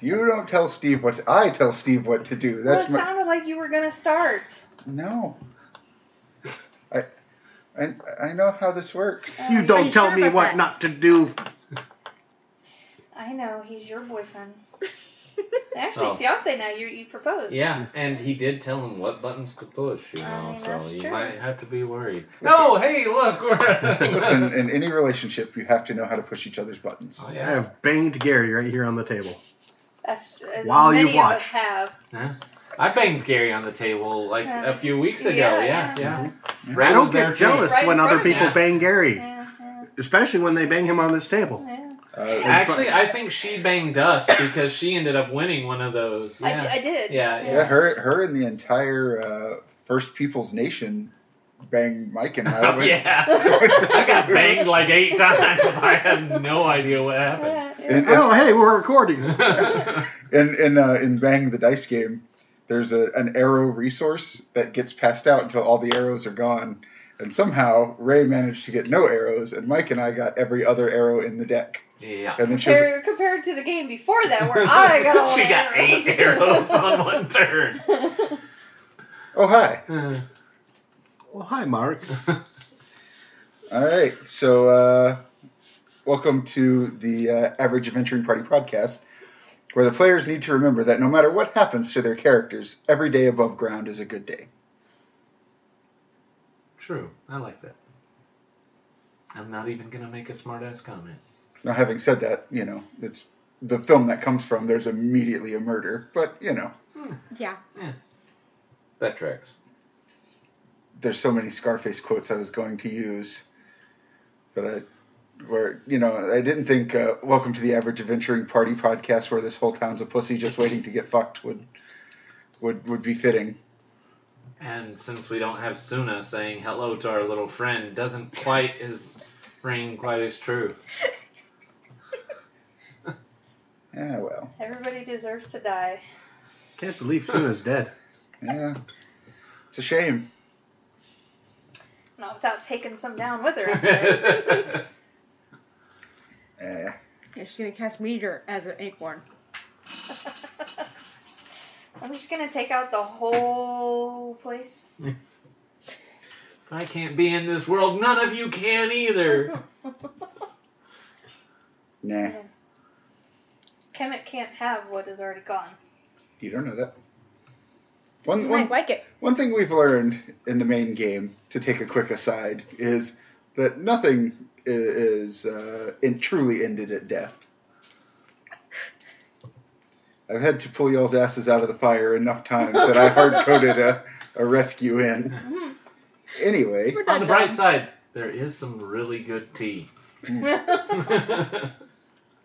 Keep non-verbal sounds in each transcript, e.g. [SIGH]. You don't tell Steve what to, I tell Steve what to do. well, That's it my sounded like you were gonna start. no. I, I I know how this works. Uh, You are don't you tell sure me about what that? not to do. I know he's your [LAUGHS] boyfriend. Actually, Oh. fiance now. You you proposed. Yeah, and he did tell him what buttons to push, you I know, mean, so that's you true. might have to be [LAUGHS] worried. Listen- oh, hey, look, [LAUGHS] we're. Listen, in any relationship, you have to know how to push each other's buttons. Oh, I yeah. have banged Gary right here on the table. That's uh, While many you've of us watched. have. I banged Gary on the table like Yeah. a few weeks ago. Yeah, Yeah, yeah. yeah. Mm-hmm. I Red don't was there get too. jealous Right in when front other of me. people bang Gary, Yeah, yeah, especially when they bang him on this table. yeah. Uh, Actually, I think she banged us because she ended up winning one of those. I, Yeah. di- I did. Yeah, yeah, her her and the entire uh, First Peoples Nation bang Mike and I. [LAUGHS] [LAUGHS] Uh, Oh, yeah. I got banged like eight times. I had no idea what happened. Yeah, yeah. And- Oh, hey, we're recording. in in uh, in Bang the Dice game, there's a, an arrow resource that gets passed out until all the arrows are gone. And somehow Ray managed to get no arrows, and Mike and I got every other arrow in the deck. [LAUGHS] yeah. And then she was, Compared, compared to the game before that, where [LAUGHS] I got all she the got eight arrows on one turn. "Oh hi, [LAUGHS] Well, hi, Mark. all right." So, uh, welcome to the uh, Average Adventuring Party podcast, where the players need to remember that no matter what happens to their characters, every day above ground is a good day. True. I like that. I'm not even gonna make a smart ass comment. Now, having said that, you know it's the film that comes from. There's immediately a murder, but you know. Yeah. That tracks. there's so many Scarface quotes I was going to use, but I, where you know, I didn't think uh, "Welcome to the Average Adventuring Party" podcast, where this whole town's a pussy just waiting to get fucked, would would would be fitting. And since we don't have Suna saying hello to our little friend, doesn't quite as ring quite as true. Yeah, Ah, well, [LAUGHS] Everybody deserves to die. Can't believe Suna's dead. yeah, it's a shame. Not without taking some down with her. [LAUGHS] Up That's Eh. Yeah, she's gonna cast meteor as an acorn. there. I'm just gonna take out the whole place. If I can't be in this world, none of you [LAUGHS] can either. nah, Kemet can't have what is already gone. you don't know that. You One might one like it. one thing we've learned in the main game, to take a quick aside, is that nothing i- is uh, in, truly ended at death. I've had to pull y'all's asses out of the fire enough times that I hard coded a, a rescue in. Anyway, Mm-hmm. We're On not the bright done. [LAUGHS] side, there is some really good tea. Oh,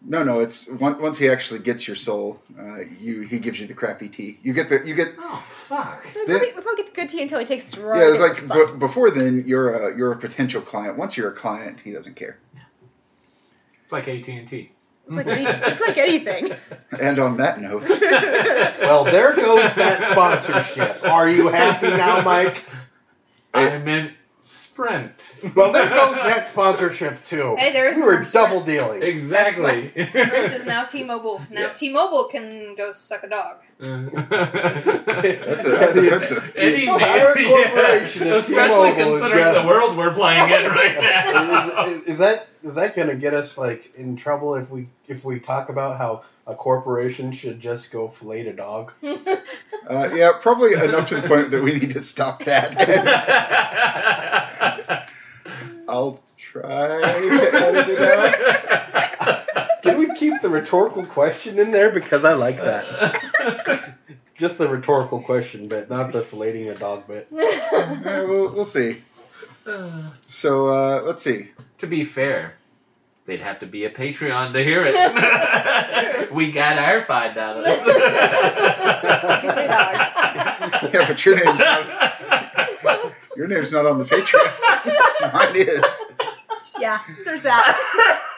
no, no, it's on- once he actually gets your soul, uh, you he gives you the crappy tea. You get the you get oh fuck. We probably, we probably get the good tea until he takes his yeah. It's like b- before then you're a you're a potential client. Once you're a client, he doesn't care. It's like AT and T. It's like any- it's like anything. And on that note. Well, there goes that sponsorship. Are you happy now, Mike? Uh, I meant Sprint. Well, there goes that sponsorship too. Hey, there is you were more Sprint. double dealing. Exactly. [LAUGHS] Sprint [LAUGHS] is now T-Mobile. Now Yeah. T-Mobile can go suck a dog. That's, a, that's Yeah, the- offensive. Any entire damn- corporation yeah. of especially T-Mobile has considering got- the world we're playing in right [LAUGHS] now. is, is, is that is that going to get us like in trouble if we if we talk about how a corporation should just go fillet a dog? Uh, yeah, probably enough to the point that we need to stop that. [LAUGHS] I'll try to edit it out. Can we keep the rhetorical question in there because I like that? Just the rhetorical question bit, not the filleting a dog bit. Uh, we'll, we'll see. So uh, let's see. to be fair, they'd have to be a Patreon to hear it. [LAUGHS] we got our [LAUGHS] five dollars. [LAUGHS] Yeah, but your name's not, your name's not on the Patreon. [LAUGHS] Mine is. [LAUGHS] yeah, there's that. [LAUGHS]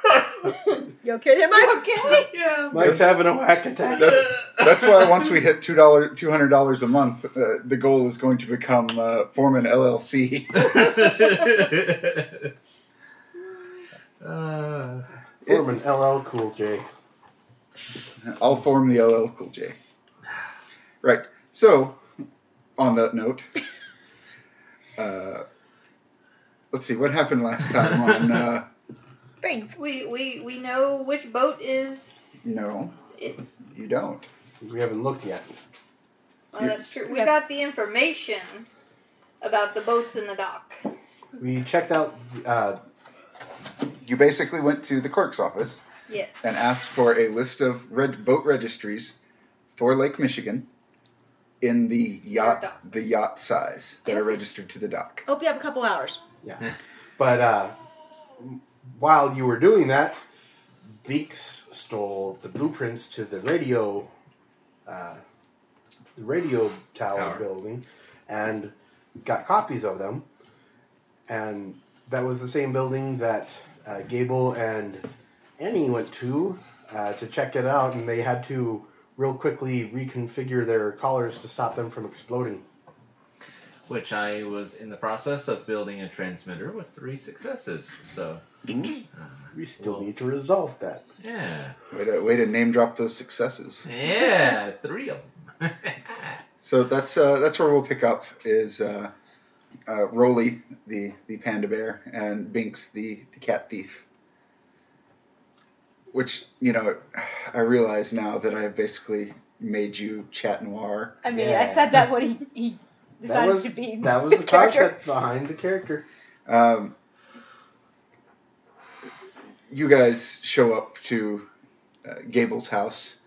You okay there, Mike? okay. yeah. Mike's having a whack attack. That's that's why once we hit two dollar two hundred dollars a month, uh, the goal is going to become uh, form an LLC. uh, Form an LL Cool J. I'll form the LL Cool J. Right. So, on that note, uh, let's see what happened last time on. Uh, Thanks. We we we know which boat is. no, It, you don't. We haven't looked yet. well, uh, that's true. We Yeah. got the information about the boats in the dock. We checked out. Uh, You basically went to the clerk's office Yes. and asked for a list of red boat registries for Lake Michigan in the yacht docks. the yacht size that are Yes. registered to the dock. Hope you have a couple hours. but uh, while you were doing that, Beeks stole the blueprints to the radio, uh, the radio tower, Tower. building, and got copies of them. And that was the same building that uh, Gable and Annie went to uh, to check it out, and they had to real quickly reconfigure their collars to stop them from exploding. which I was in the process of building a transmitter with three successes. So, uh, We still Well- need to resolve that. yeah. Way to, way to name drop those successes. Yeah, three of them. [LAUGHS] So that's uh, that's where we'll pick up is uh, uh, Roly the the panda bear and Binks the, the cat thief. Which you know, I realize now that I basically made you chat noir. I mean, I Yeah. said that when he, he That decided was to be. that was his the character. concept behind the character. Um, you guys show up to uh, Gable's house,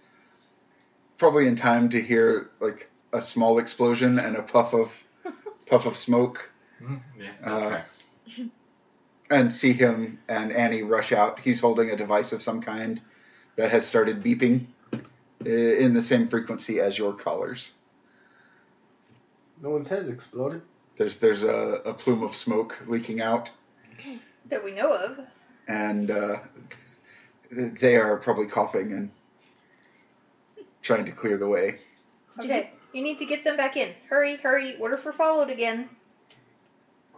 probably in time to hear like a small explosion and a puff of puff of smoke, Mm, yeah, that Uh, tracks. and see him and Annie rush out. He's holding a device of some kind that has started beeping uh, in the same frequency as your collars. No one's head exploded. There's there's a, a plume of smoke leaking out, that we know of. and uh, they are probably coughing and trying to clear the way. Okay. You need to get them back in. Hurry, hurry. Order for followed again.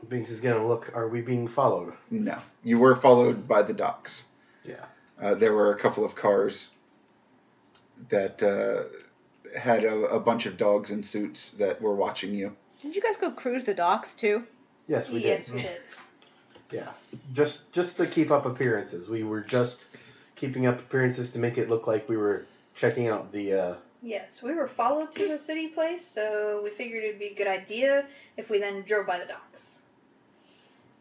Binks is gonna look. Are we being followed? No, you were followed by the docks. Yeah. Uh, there were a couple of cars that uh, had a, a bunch of dogs in suits that were watching you. Didn't you guys go cruise the docks too? Yes, we yes, did. we did. Just just to keep up appearances. We were just keeping up appearances to make it look like we were checking out the. Uh, Yes, we were followed to the city place, so we figured it'd be a good idea if we then drove by the docks.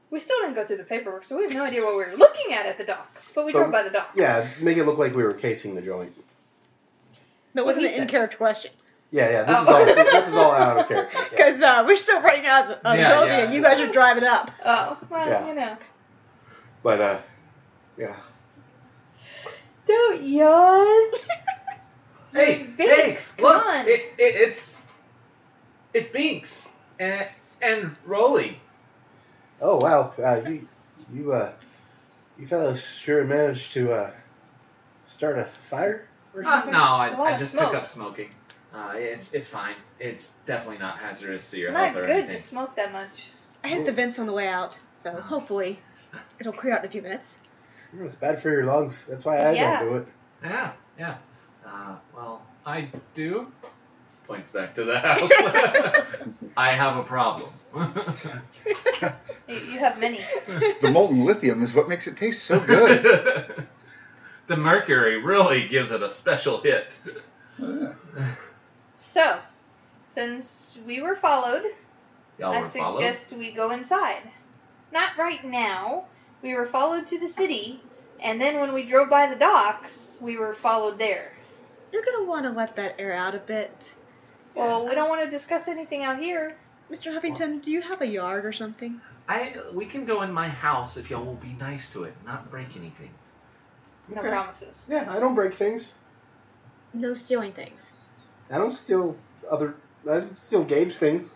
We still didn't go through the paperwork, so we have no idea what we were looking at at the docks, but we But- drove by the docks. yeah, make it look like we were casing the joint. That What wasn't he an in said. character question. Yeah, yeah. This is Oh. all. this is all out of character. Yeah. Because uh, we're still running out of the, of the Yeah, building yeah. and you guys are driving up. Oh, well, Yeah. you know. But uh, yeah. [LAUGHS] Don't yawn. Hey, Binks, Binks, come look, on. It, it, it's it's Binks and and Rolly. Oh wow, uh, you you uh, you fellas sure managed to uh, start a fire or Uh, something. no, It's a I, lot I of just smoke. took up smoking. Uh, it's it's fine. It's definitely not hazardous to your It's health not or good to anything. smoke that much. I hit the vents on the way out, so hopefully it'll clear out in a few minutes. Yeah, It's bad for your lungs. That's why I Yeah. don't do it. Yeah, yeah. Uh, well, I do. Points back to the [LAUGHS] house. I have a problem. You, you have many. The molten lithium is what makes it taste so [LAUGHS] good. [LAUGHS] the mercury really gives it a special hit. Oh, Yeah. So, since we were followed, Y'all I were followed. suggest we go inside. Not right now. We were followed to the city, and then when we drove by the docks, we were followed there. You're going to want to let that air out a bit. Well, we don't want to discuss anything out here. Mr. Huffington, do you have a yard or something? I we can go in my house if y'all will be nice to it, not break anything. No Okay. promises. Yeah, I don't break things. No stealing things. I don't steal other. I don't steal Gabe's things.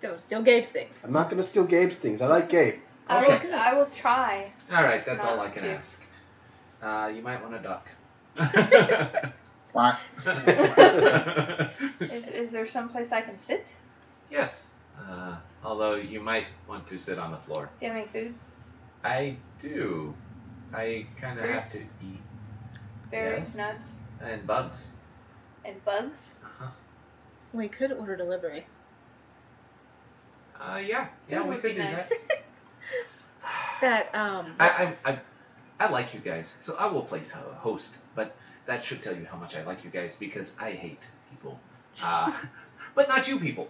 Don't steal Gabe's things. I'm not gonna steal Gabe's things. I like [LAUGHS] Gabe. I, Okay. will, I will try. All right, that's all I Not can to. ask. Uh, you might want to duck. [LAUGHS] Quack. Is, is there someplace I can sit? yes. Uh, although you might want to sit on the floor. Do you have any food? I do. I kind of have to Fruits? eat. Berries, Yes. nuts? Uh, And bugs. and bugs. Uh-huh. We could order delivery. Uh, yeah, yeah, That we would could be do nice. that. That um. [SIGHS] I, I, I, I like you guys, so I will place ho- host, but that should tell you how much I like you guys because I hate people. [LAUGHS] Uh, but not you people.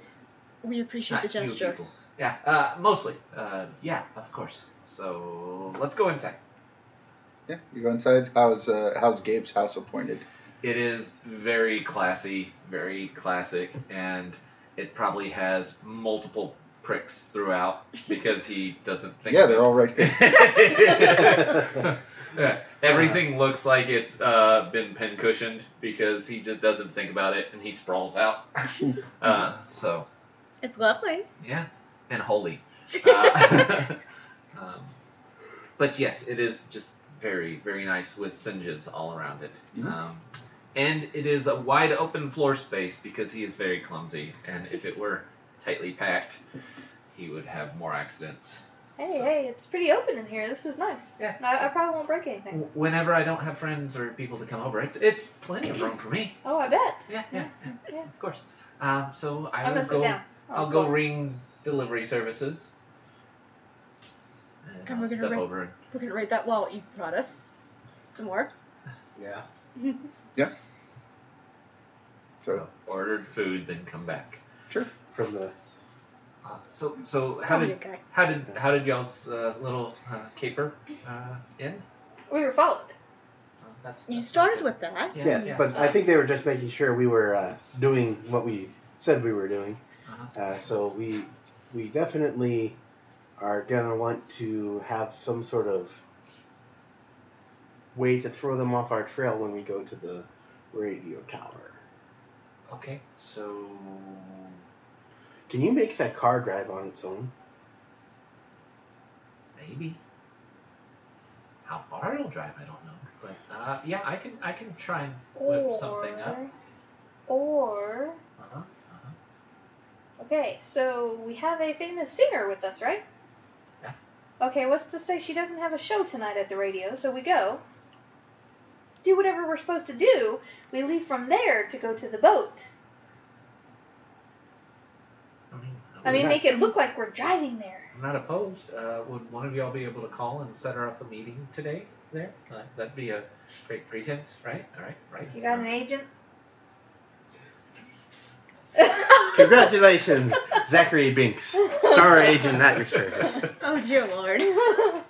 We appreciate the Not you gesture. people. Yeah, uh, mostly. Uh, yeah, of course. So let's go inside. Yeah, you go inside. How's uh, how's Gabe's house appointed? It is very classy, very classic, and it probably has multiple pricks throughout because he doesn't think. yeah, of it. they're all right here. [LAUGHS] [LAUGHS] Yeah, Everything looks like it's uh, been pincushioned because he just doesn't think about it and he [LAUGHS] sprawls out. uh, so, It's lovely. yeah, and holy. Uh, [LAUGHS] um, but yes, it is just very, very nice with singes all around it. Mhm. Um, and it is a wide open floor space because he is very clumsy, and if it were tightly packed, he would have more accidents. [LAUGHS] Hey, hey, it's pretty open in here. This is nice. Yeah. I, I probably won't break anything. W- Whenever I don't have friends or people to come over, it's it's plenty of room for me. Oh, I bet. Yeah, yeah, yeah, Yeah. of course. Um, so I I'm will gonna sit go. down. Oh, on I'll the go floor. ring delivery services. And, And I'll we're gonna step ring- over. We're gonna rate that wall you brought us. Some more. Yeah. So Ordered food, then come back. From the Uh, so so how did okay. how did how did y'all's uh, little uh, caper uh, end? [LAUGHS] We were followed. Uh, that's You that's started good. with that. Yeah, yes, [LAUGHS] yeah. but I think they were just making sure we were uh, doing what we said we were doing. Uh-huh. Uh, so we we definitely are gonna want to have some sort of way to throw them off our trail when we go to the radio tower. Okay, so Can you make that car drive on its own? maybe how far it'll drive, I don't know. But uh, yeah, I can I can try and whip something up. Or Uh-huh, uh-huh. okay, so we have a famous singer with us, right? Yeah. Okay, what's to say she doesn't have a show tonight at the radio? So we go. Do whatever we're supposed to do. We leave from there to go to the boat. I mean, I mean, Yeah. make it look like we're driving there. I'm not opposed. Uh, would one of y'all be able to call and set her up a meeting today there? Uh, that'd be a great pretense, right? All right, right. You got an agent? Congratulations, Zachary Binks, [LAUGHS] star agent at your [LAUGHS] service. Oh dear lord. [LAUGHS]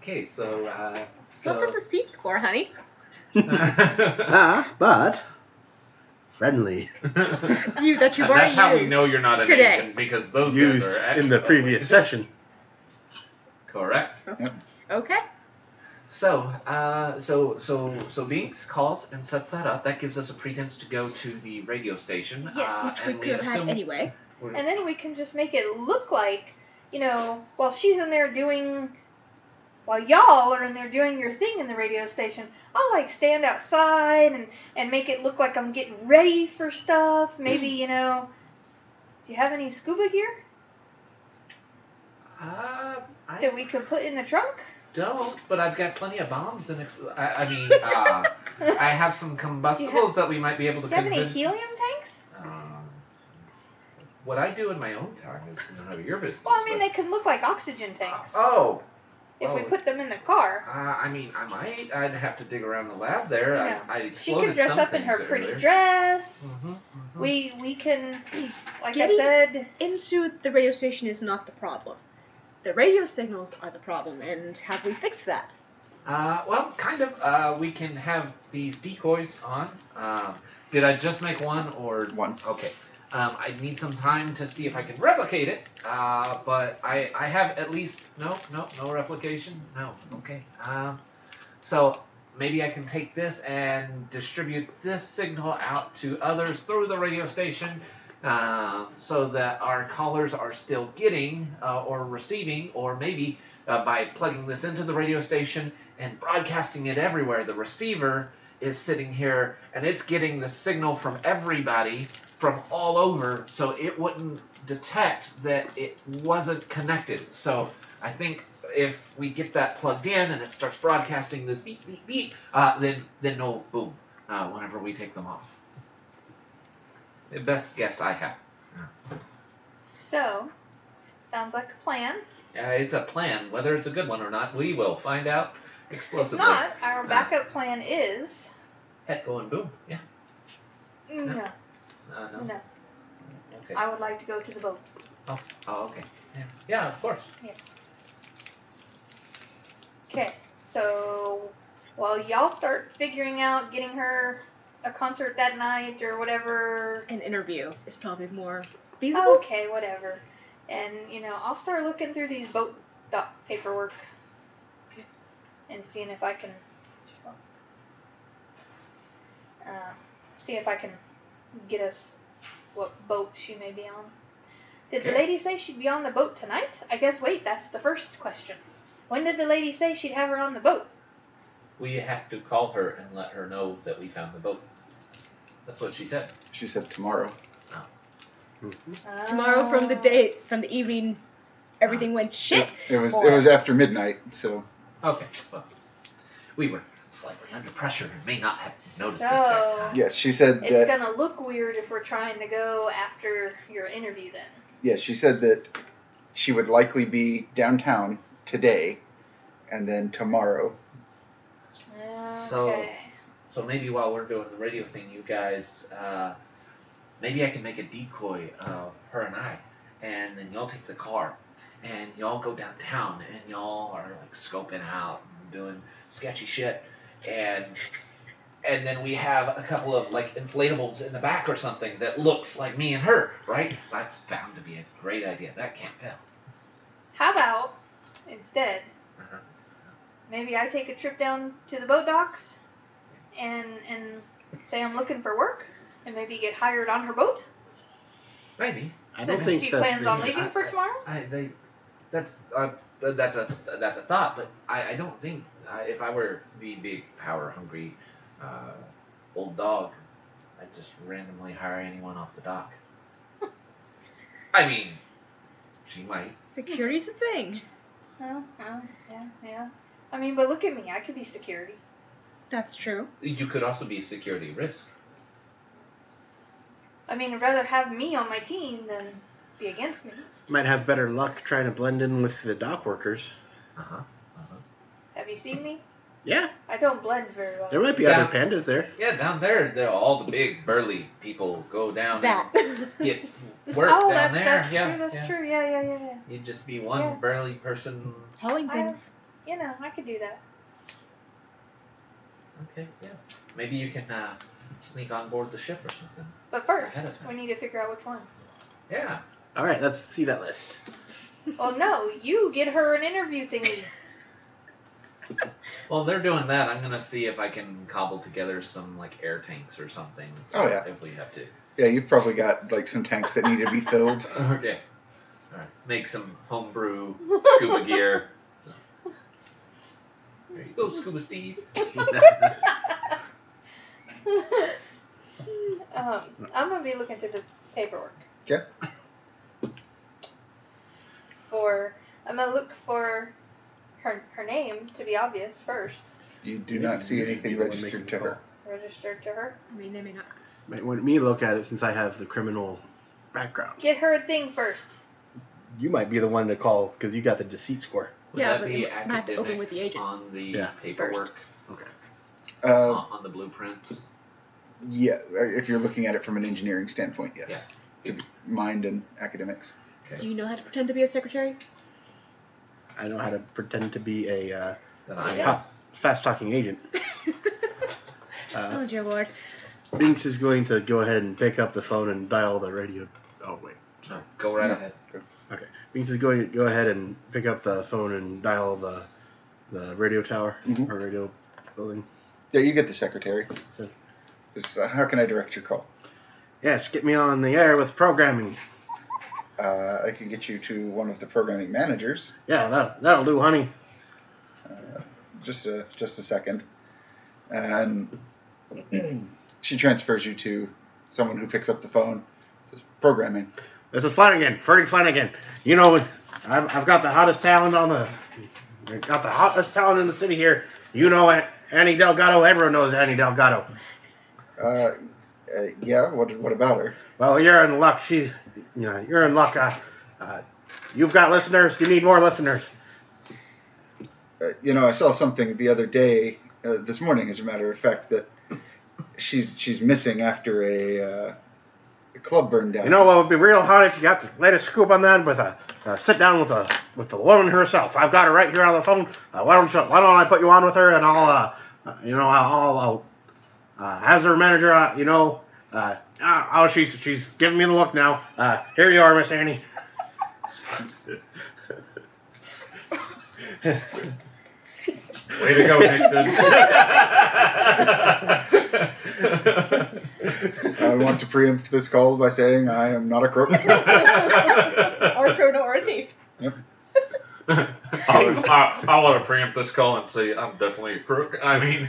Okay, so uh, What's at so the seat score, honey? [LAUGHS] Ah, but friendly. You that you And already that's how we used. know you're not an today. agent because those used guys are actually in the previous session. Correct. Okay. so uh, so so so Binks calls and sets that up. That gives us a pretense to go to the radio station. uh, Which we and could have assume had anyway. we're- And then we can just make it look like, you know, while she's in there doing, while y'all are in there doing your thing in the radio station, I'll like stand outside and and make it look like I'm getting ready for stuff. Maybe [CLEARS THROAT] you know, do you have any scuba gear Uh, I that we could put in the trunk? don't, but I've got plenty of bombs and ex- I, I mean, uh, I have some combustibles that we might be able Do to you have any convince- helium tanks? Um, what I do in my own time is none of your business. Well, I mean, but- they could look like oxygen tanks Oh, if we oh. put them in the car. uh, I mean, I might. I'd have to dig around the lab there. Yeah. I, I She can dress up in her pretty dress. Mm-hmm, We we can, like Giddy. I said. Into the radio station is not the problem. The radio signals are the problem, and have we fixed that? Uh, well, kind of. Uh, we can have these decoys on. Um, did I just make one or one. Okay. Um, I need some time to see if I can replicate it, uh, but I, I have at least no no no replication no okay um, so maybe I can take this and distribute this signal out to others through the radio station um, so that our callers are still getting uh, or receiving or maybe uh, by plugging this into the radio station and broadcasting it everywhere the receiver is sitting here and it's getting the signal from everybody from all over, so it wouldn't detect that it wasn't connected. So I think if we get that plugged in and it starts broadcasting this beep beep beep, uh, then then no boom. uh, whenever we take them off. The best guess I have. So, sounds like a plan. Uh, it's a plan. Whether it's a good one or not, we will find out If explosively. not, our backup plan is Heck, go and boom. Yeah. no, Uh, no. no. Okay. I would like to go to the boat. Oh, okay. Yeah. yeah, of course. Yes. Okay, so while y'all start figuring out getting her a concert that night or whatever, An interview is probably more feasible. Oh, okay, whatever, and you know, I'll start looking through these boat doc paperwork Okay. and seeing if I can uh, see if I can get us what boat she may be on. Did the Okay. lady say she'd be on the boat tonight? I guess, wait, that's the first question. When did the lady say she'd have her on the boat? We have to call her and let her know that we found the boat. That's what she said. She said tomorrow. Tomorrow from the Oh. day, from the evening, everything went shit. It, it was Or- it was after midnight, so Okay. Well, we were slightly under pressure and may not have noticed it. So, yes, she said it's that. gonna look weird if we're trying to go after your interview then. Yeah, she said that she would likely be downtown today, and then tomorrow. So- So maybe while we're doing the radio thing, you guys, uh, maybe I can make a decoy of her and I, and then y'all take the car, and y'all go downtown, and y'all are like scoping out and doing sketchy shit, and and then we have a couple of like inflatables in the back or something that looks like me and her, right? That's bound to be a great idea. That can't fail. How about instead, Uh-huh. maybe I take a trip down to the boat docks, and and say I'm looking for work, and maybe get hired on her boat Maybe. I since don't think she that plans the- on leaving for I- tomorrow. I, they, that's that's that's a that's a thought, but I, I don't think I, if I were the big power hungry uh, old dog, I'd just randomly hire anyone off the [LAUGHS] dock. I mean, she might. Security's a thing. No, no, yeah, yeah. I mean, but look at me. I could be security. That's true. You could also be a security risk. I mean, I'd rather have me on my team than be against me. might have better luck trying to blend in with the dock workers. Uh huh. Uh-huh. Have you seen me? Yeah, I don't blend very well. there might be Yeah. other pandas there. Yeah, down there, there all the big burly people go down [LAUGHS] That. and get work [LAUGHS] Oh, down that's, there. that's yeah, true. That's yeah. true. Yeah, yeah, yeah, yeah. You'd just be one Yeah. burly person. [LAUGHS] Hauling I- things. You know, I could do that. Okay, yeah. Maybe you can uh, sneak on board the ship or something. But first, Ahead of time. we need to figure out which one. Yeah. All right, let's see that list. [LAUGHS] Well, Oh, no, you get her an interview thingy. Well, they're doing that. I'm gonna see if I can cobble together some like air tanks or something. Oh, yeah. If we have to. [LAUGHS] Yeah, you've probably got like some tanks that need to be filled. Okay. All right. Make some homebrew scuba gear. There you go, scuba Steve. [LAUGHS] um, I'm gonna be looking through the paperwork. Okay. For I'm gonna look for her her name to be obvious first, You do not see anything registered to her. registered to her. I mean, they may not. Might want me to look at it since I have the criminal background. Get her a thing first. You might be the one to call because you got the deceit score. Would Yeah, that but be it might have to open with the academics agent on the Yeah. paperwork uh, Uh, on the blueprints? yeah, if you're looking at it from an engineering standpoint, yes. To be- mind and academics. Do you know how to pretend to be a secretary? I know how to pretend to be a uh, Then I Oh, Yeah. fast talking agent. Uh, [LAUGHS] oh dear lord. [LAUGHS] Oh. Binks is going to go ahead and pick up the phone and dial the radio. Oh wait, No, go right No. ahead. Binks is going to go ahead and pick up the phone and dial the the radio tower Mhm. or radio building. Yeah, you get the secretary. So- Just, uh, how can I direct your call? Yes, get me on the air with programming. Uh, I can get you to one of the programming managers. Yeah, that that'll do, honey. Just a just a second, and [CLEARS THROAT] she transfers you to someone who picks up the phone. Says programming. This is Flanagan, Freddie Flanagan. You know, I've, I've got the hottest talent on the, I've got the hottest talent in the city here. You know it, Annie Delgado. Everyone knows Annie Delgado. Uh, uh, yeah. What? What about her? Well, you're in luck. She, you know, you're in luck. Uh, uh, you've got listeners. You need more listeners. Uh, you know, I saw something the other day, uh, this morning, as a matter of fact, that she's she's missing after a, uh, a club burned down. You know what would be real hot if you got the latest scoop on that with a uh, sit down with a with the woman herself. I've got her right here on the phone. Uh, why don't you, why don't I put you on with her and I'll uh, uh, you know I'll, I'll uh, as her manager uh, you know uh, ah, oh she's she's giving me the look now. Uh, here you are, Miss Annie. Way to go, Nixon. I want to preempt this call by saying I am not a [LAUGHS] crook. or a criminal or a [LAUGHS] thief. [COUGHS] I, I, I want to preempt this call and say I'm definitely a crook. I mean,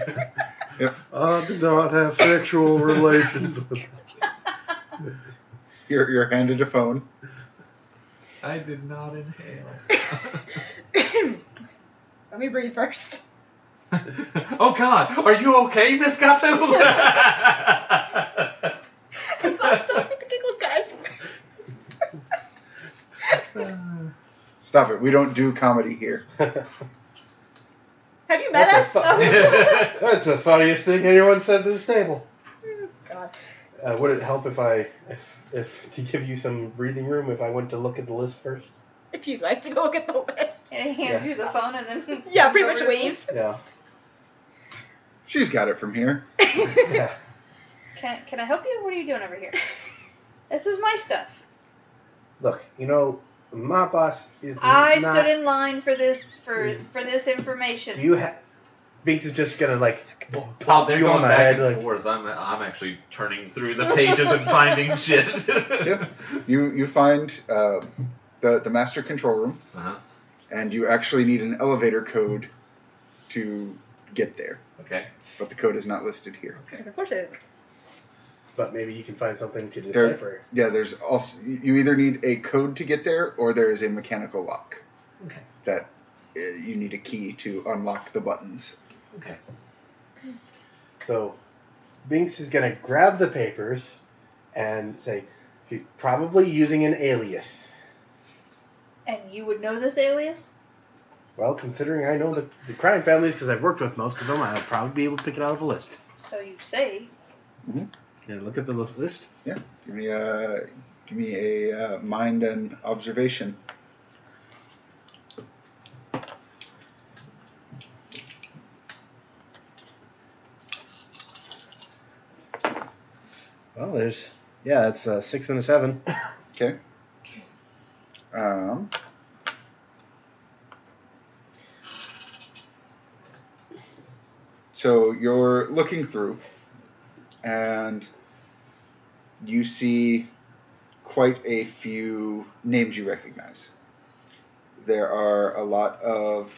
I did not have sexual relations with. you're, you're handed a phone. I did not inhale. Let me breathe [LAUGHS] first. [LAUGHS] oh God, are you okay, Miss Gato? I'll stop with the giggles, guys. Stop it. We don't do comedy here. Have you met us? [LAUGHS] Oh What the That's the funniest thing anyone said to this table. Oh, God. Uh, would it help if I, if, if to give you some breathing room, if I went to look at the list first? If you'd like to go look at the list. [LAUGHS] [LAUGHS] And it hands Yeah. you the phone and then. Yeah, pretty much waves. [LAUGHS] Yeah. She's got it from here. yeah. Can, can I help you? What are you doing over here? This is my stuff. [LAUGHS] Look, you know, my boss is I not. stood in line for this for Is- for this information. do you have? Binks is just gonna like While they're You on going the back head, and like- forth, I'm, I'm actually turning through the pages and finding shit. Yep. You you find uh, the the master control room, [LAUGHS] Uh-huh. and you actually need an elevator code to get there. Okay. But the code is not listed here. Because of course it isn't. but maybe you can find something to There- decipher. Yeah, there's also you either need a code to get there or there is a mechanical lock. Okay. That uh, you need a key to unlock the buttons. Okay. So Binks is gonna grab the papers and say, "You're probably using an alias. and you would know this alias? Well, considering I know the, the crime families because I've Worked with most of them. I'll probably be able to pick it out of a list. So you say. Here, look at the li- list. Give me a give me a uh, mind and observation. Well, there's yeah, it's a six and a seven. Okay. Um, so you're looking through, and you see quite a few names you recognize. There are a lot of.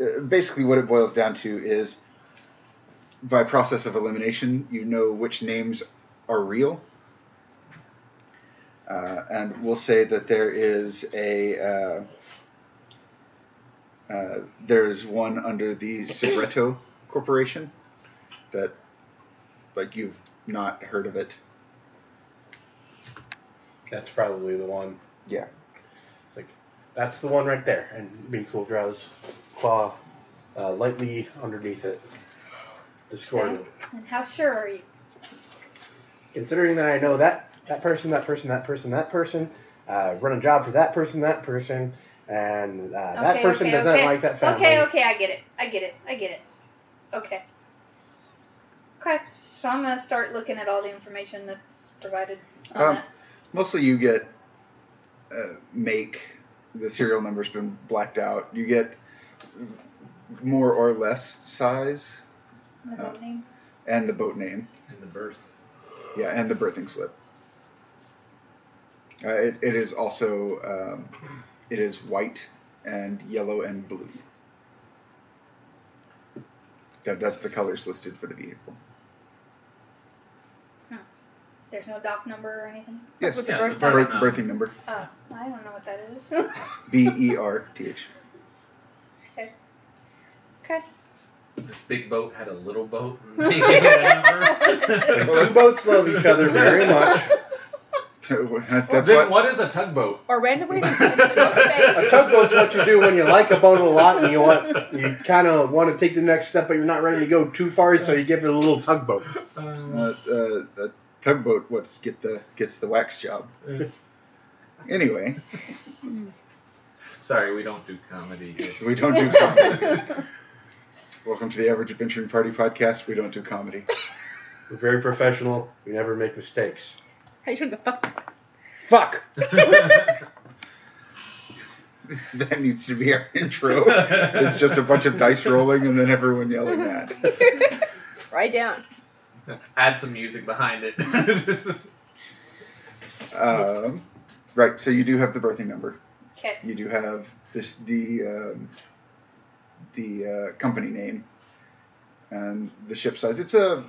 uh, Basically, what it boils down to is by process of elimination, you know which names are real uh, and we'll say that there is a uh, uh, there's one under the Sobreto Corporation that like you've not heard of it. That's probably the one. Yeah. It's like, that's the one right there. And Binks will draw his claw uh, lightly underneath it, discordant. And how sure are you? Considering that I know that, that person, that person, that person, that person, uh, run a job for that person, that person, and uh, that Okay, person okay, does okay. not like that family. Okay, okay, I get it. I get it. I get it. Okay. Okay. So I'm gonna start looking at all the information that's provided. on Um, that. mostly you get uh, make the serial number's been blacked out. You get more or less size The uh, boat name. and the boat name. And the birth. Yeah, and the birthing slip. Uh, it, it is also um, it is white and yellow and blue. That, that's the colors listed for the vehicle. There's no dock number or anything. Yes, With the Yeah, birth the plan. birth, birth- birthing number Oh, I don't know what that is. [LAUGHS] B E R T H. okay. This big boat had a [LAUGHS] little boat. [LAUGHS] They gave it a number. Two boats love each other [LAUGHS] very much. uh, That's then what. what is a tugboat? Or randomly in middle [LAUGHS] of space. A tugboat's what you do when you like a boat a lot and you [LAUGHS] want you kind of want to take the next step, but you're not ready to go too far, so you give it a little tugboat. uh, uh, a tugboat what's get the gets the wax job. Anyway, Sorry, we don't do comedy. [LAUGHS] here. we don't [LAUGHS] do comedy. Welcome to the Average Adventuring Party podcast. We don't do comedy. [LAUGHS] We're very professional. We never make mistakes. How you turn the fuck Fuck. That needs to be our intro. It's just a bunch of dice rolling and then everyone yelling that. [LAUGHS] right down. [LAUGHS] Add some music behind it. [LAUGHS] This is- Um, right. So you do have the birthing number. Okay. You do have this the um, the uh, company name and the ship size. It's a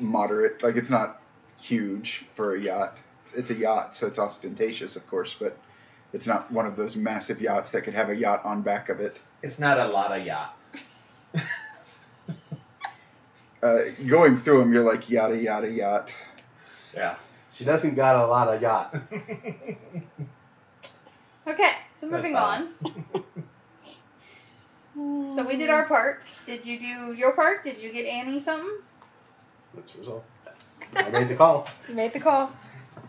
moderate. Like it's not huge for a yacht. It's, it's a yacht, so it's ostentatious, of course, but it's not one of those massive yachts that could have a yacht on back of it. it's not a lot of yacht. Uh, going through them, you're like yada yada yacht. [LAUGHS] Yeah. She doesn't got a lot of yacht. Okay, so moving That's on. So we did our part. Did you do your part? Did you get Annie something? That's resolved. I made the call. You [LAUGHS] made the call. What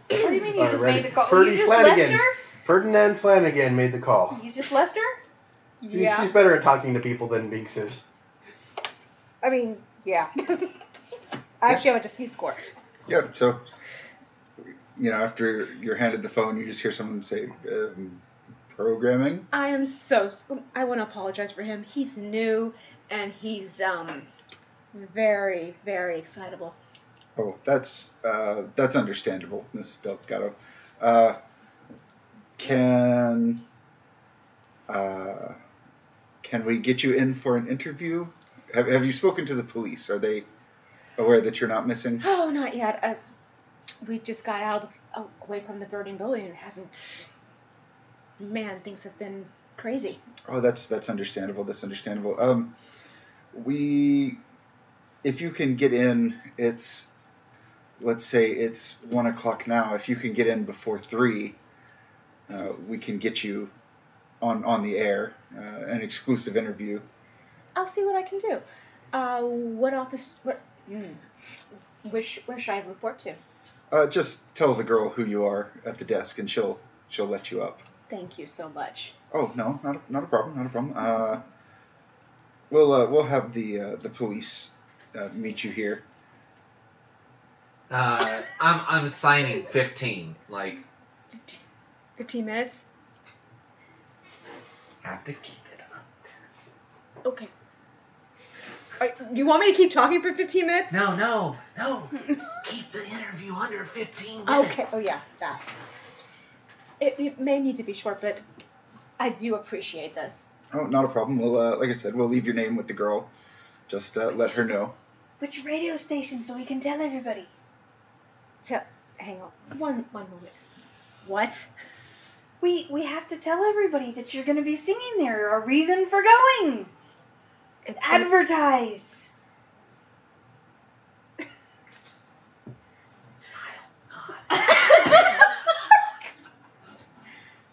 do you mean you All just right, made the call? Ferdy you just left Flanagan. her? Ferdinand Flanagan made the call. You just left her? She's- Yeah. She's better at talking to people than Binks is. I mean, yeah. [LAUGHS] I actually have a deceit score. Yeah, so you know, after you're handed the phone, you just hear someone say, um, "Programming." I am so. I want to apologize for him. He's new and he's um very very excitable. Oh, that's uh, that's understandable, Miss Delgado. Uh, can uh, can we get you in for an interview? Have Have you spoken to the police? Are they aware that you're not missing? Oh, not yet. I, we just got out of, oh, away from the burning building and haven't. Man, things have been crazy. Oh, that's that's understandable. That's understandable. Um, we, if you can get in, it's, let's say it's one o'clock now. If you can get in before three, uh, we can get you on on the air, uh, an exclusive interview. I'll see what I can do. Uh, what office? What? Mm, which? Where should I report to? Uh, just tell the girl who you are at the desk, and she'll she'll let you up. Thank you so much. Oh no, not a, not a problem, not a problem. Uh, we'll uh, we'll have the uh, the police uh, meet you here. Uh, I'm I'm signing 15. Like Fifteen minutes. have to keep it up. Okay. Are, you want me to keep talking for fifteen minutes? No, no, no. keep the interview under 15 Okay. Oh yeah, that. It, it may need to be short, but I do appreciate this. Oh, not a problem. We'll, uh, like I said, we'll leave your name with the girl. Just uh, let her know. Which radio station so we can tell everybody? So, hang on one one moment. What? We we have to tell everybody that you're gonna be singing there. A reason for going. It's [LAUGHS] Advertise.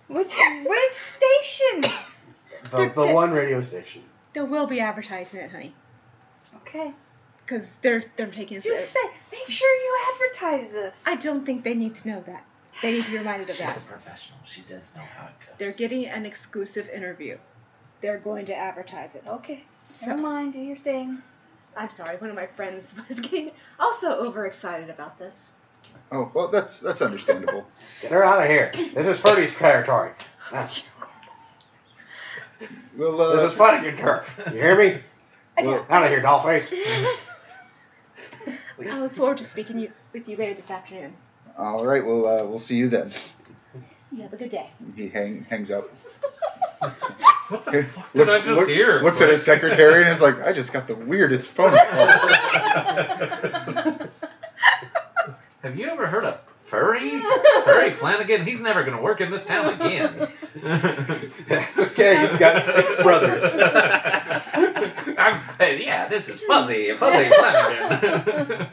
which which station? The, the one radio station. there will be advertising it, honey, Okay. because they're they're taking us. Just say make sure you advertise this. I don't think they need to know that. They need to be reminded of She's that. a professional. She does know how it They're goes. getting an exclusive interview. They're going to advertise it. Okay. Never So, mind, do your [LAUGHS] thing. I'm sorry, one of my friends [LAUGHS] was getting also overexcited about this. Oh, well, that's that's [LAUGHS] understandable. Get her out of here. This is Ferdy's territory. [LAUGHS] we'll, This uh, is Flanagan [LAUGHS] turf. You hear me? we'll, Out of here, dollface. I look forward to speaking you, with you later this afternoon. all right. We'll uh, we'll see you then. You have a good day. He hang, hangs up. What the Did fuck did I just hear? Looks at his secretary and is like, "I just got the weirdest phone [LAUGHS] call." Have you ever heard of Furry? Furry Flanagan? He's never going to work in this [LAUGHS] town again. That's okay. He's got six brothers. [LAUGHS] I'm, yeah, this is fuzzy, fuzzy [LAUGHS] Flanagan.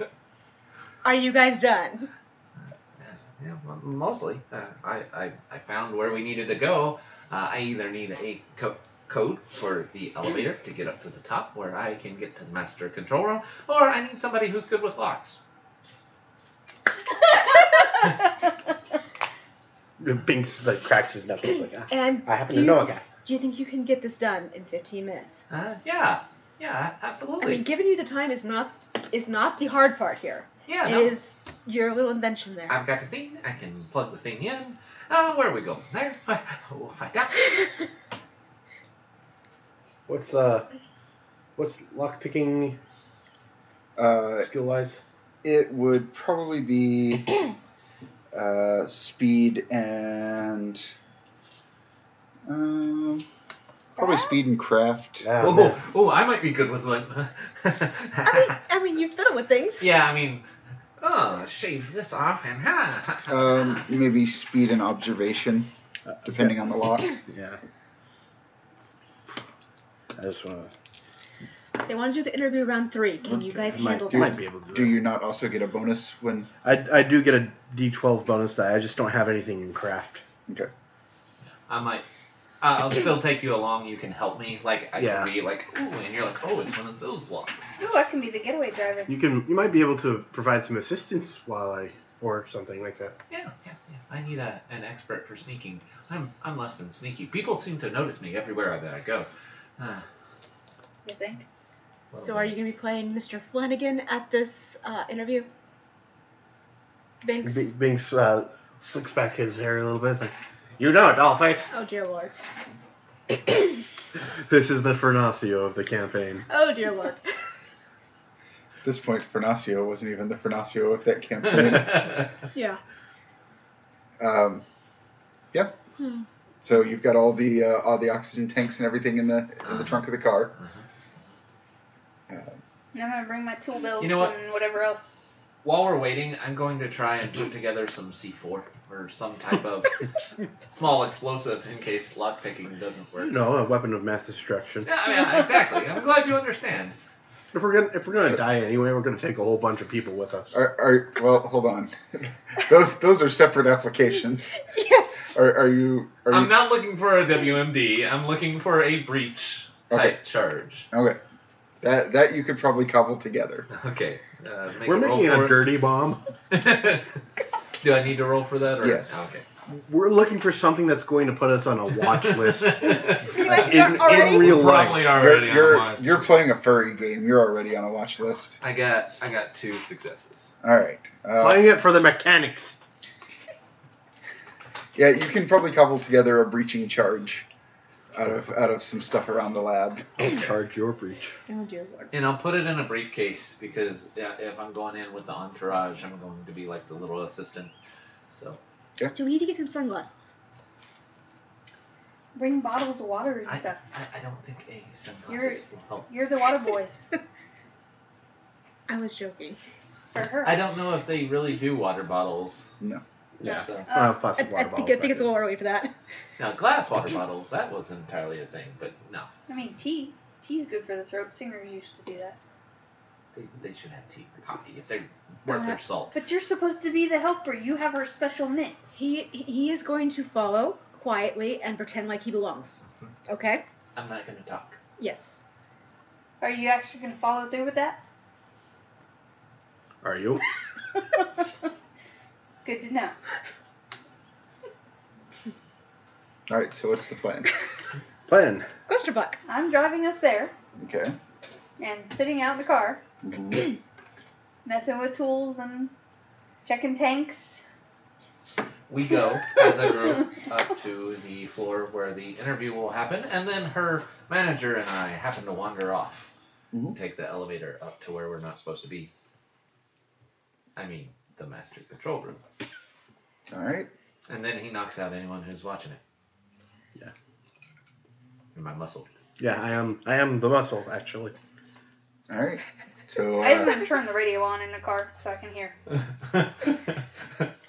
Are you guys done? Yeah, well, mostly. Uh, I, I, I found where we needed to go. Uh, I either need a co- code for the elevator to get up to the top where I can get to the master control room, or I need somebody who's good with locks. Binks like cracks his knuckles like ah, And I happen to do you, know a guy. do you think you can get this done in 15 minutes? Uh, yeah, yeah, I absolutely. mean, giving you the time is not is not the hard part here. yeah, It no, is your little invention there. I've got the thing. I can plug the thing in. Uh, where are we going? There? [LAUGHS] Oh, We'll find out. What's uh, what's lock picking Uh, skill wise? it would probably be [CLEARS THROAT] uh, speed and um, probably speed and craft. Oh, man. Oh, oh, I might be good with one. [LAUGHS] [LAUGHS] I mean, I mean, you've done it with things. yeah, I mean, oh, shave this off and ha. Um, maybe speed and observation, depending on the lock. Yeah. I just wanna They want to do the interview round three. Can you guys I might, handle I might that? be able to Do do, it. you not also get a bonus when? I, I do get a D twelve bonus die, I just don't have anything in craft. I might. Uh, I'll still take you along. You can help me. Like I Yeah. can be like, ooh, and you're like, oh, it's one of those locks. Ooh, I can be the getaway driver. You can you might be able to provide some assistance while I or something like that. Yeah, yeah, yeah. I need a, an expert for sneaking. I'm I'm less than sneaky. People seem to notice me everywhere that I go. Uh, You think? well, So are [LAUGHS] you going to be playing Mr. Flanagan at this uh, interview? Binks? B- Binks uh, slicks back his hair a little bit. It's like, you know, dollface. oh dear lord. [LAUGHS] This is the Fernasio of the campaign. Oh dear [LAUGHS] lord. At this point, Fernasio wasn't even the Fernasio of that [LAUGHS] campaign. yeah. um, yeah. Hmm. So you've got all the uh, all the oxygen tanks and everything in the in the trunk of the car. Uh-huh. And I'm gonna bring my tool belt You know what? and whatever else. While we're waiting, I'm going to try and put together some C4 or some type of small explosive in case lockpicking doesn't work. You know, a weapon of mass destruction. Yeah, I mean, exactly. I'm glad you understand. If we're gonna if we're gonna die anyway, we're gonna take a whole bunch of people with us. Are, are well, hold on. [LAUGHS] those those are separate applications. Yes. Are, are you? Are I'm you not looking for a WMD. I'm looking for a breach type charge. [LAUGHS] okay? That that you could probably cobble together. Okay. Uh, make We're a roll making a for dirty bomb. it. [LAUGHS] Do I need to roll for that? Or? Yes. We're looking for something that's going to put us on a [LAUGHS] [LAUGHS] watch list Okay. You guys in, are already- in real Probably life. already you're on you're, watch. you're playing a furry game. You're already on a watch list. I got I got two successes. All right. Uh, Playing it for the mechanics. yeah, you can probably cobble together a breaching charge out of out of some stuff around the lab. Oh. Charge your breach. Oh dear lord. And I'll put it in a briefcase because yeah, if I'm going in with the entourage, I'm going to be like the little assistant. So Do we need to get him sunglasses? Bring bottles of water and stuff. I, I don't think a sunglasses will help. You're the water boy I was joking. for her. I don't know if they really do water bottles. No. Yeah. So, I don't Uh, have I, plastic I water think, bottles. I think back it's a little early for that. now glass water bottles that was entirely a thing, but no, I mean, tea. Tea's good for the throat. Singers used to do that. they, they should have tea or coffee if they're worth their salt. But you're supposed to be the helper. You have her special mix. He he is going to follow quietly and pretend like he belongs. Okay? I'm not gonna talk. Yes. Are you actually gonna follow through with that? [LAUGHS] then. Are you? good to know. All right. So what's the plan? Plan. Question buck. I'm driving us there Okay. and sitting out in the car, Mhm. messing with tools and checking tanks. We go as a group up to the floor where the interview will happen, and then her manager and I happen to wander off, Mhm. take the elevator up to where we're not supposed to be. I mean, the master control room. All right. And then he knocks out anyone who's watching it. Yeah. And my muscle. Yeah, I am. I am the muscle, [LAUGHS] actually. All right. [LAUGHS] So I'm uh, gonna turn the radio on in the car so I can hear.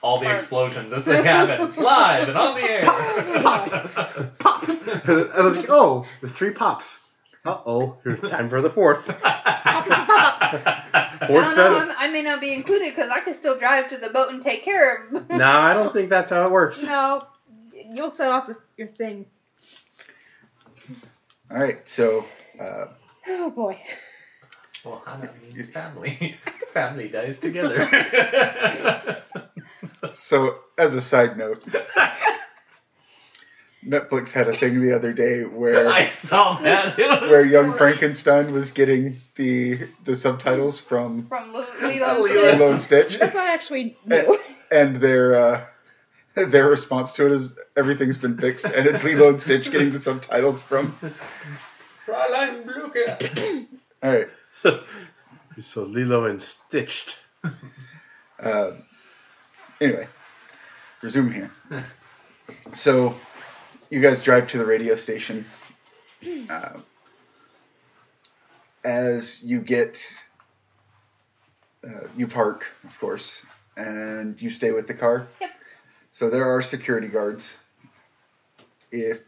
All the Or- explosions as they happen, live and on the air. And I was like, oh, the three pops. Uh oh, time for the fourth. I Fourth don't know. feather. I'm, I may not be included because I could still drive to the boat and take care of. [LAUGHS] No, I don't think that's how it works. No, you'll set off the, your thing. All right, so uh, Oh boy. [LAUGHS] Well, Hana means family. [LAUGHS] family dies together. [LAUGHS] so as a side note, Netflix had a thing the other day where [LAUGHS] I saw that. It was where Young Frankenstein was getting the the subtitles from from Lo- Lilo Oh, and Lilo. Stitch. Lilo and [LAUGHS] Stitch, [LAUGHS] That's not actually new. and their uh, [LAUGHS] their response to it is everything's been fixed, and it's Lilo and Stitch getting the subtitles from. Fräulein Blucher. All right, So Lilo and Stitched. uh, anyway, resume here. so, you guys drive to the radio station. Uh, as you get, uh, you park, of course, and you stay with the car. Yep. So there are security guards. If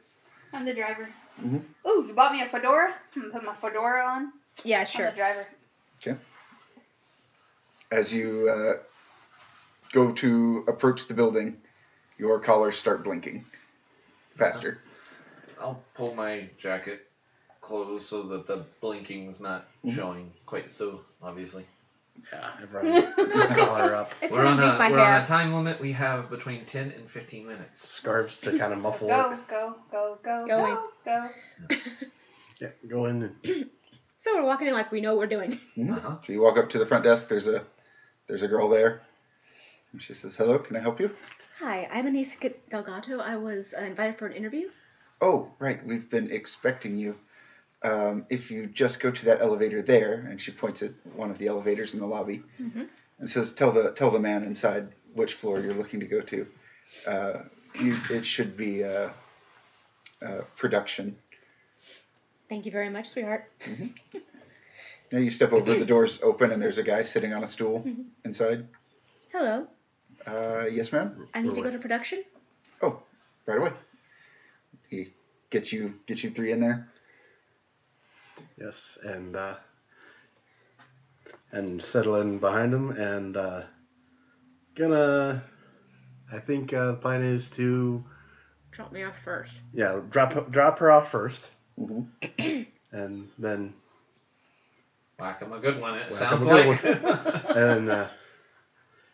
I'm the driver. Mhm. Ooh, you bought me a fedora. I'm gonna put my fedora on. Yeah, [LAUGHS] I'm sure. the driver. as you uh, go to approach the building, your collars start blinking faster. I'll pull my jacket close so that the blinking's not Mhm. showing quite so obviously. Yeah, everyone [LAUGHS] collar up. It's we're on gonna make my a we're on hair. a time limit. We have between ten and fifteen minutes. Scarves to kind of So muffle go, Oh. it. go, go, go, Going. go, go. [LAUGHS] Yeah, go in and [LAUGHS] So we're walking in like we know what we're doing. Mhm. Uh-huh. So you walk up to the front desk. There's a there's a girl there, and she says, "Hello, can I help you?" Hi, I'm Anise Delgado. I was uh, invited for an interview. Oh, right, we've been expecting you. Um, if you just go to that elevator there, and she points at one of the elevators in the lobby, Mhm. and says, "Tell the tell the man inside which floor you're looking to go to. Uh, you, it should be uh, uh, production." Thank you very much, sweetheart. Now you step over, the door's open, and there's a guy sitting on a stool inside. Hello. Uh, yes, ma'am. I need to go to production. Right away. He gets you gets you three in there. yes, and uh, and settle in behind him, and uh, gonna. I think uh, the plan is to Drop me off first. yeah drop drop her off first, hmm and then Whack 'em a good one. It Whack 'em sounds a good like. [LAUGHS] and then uh,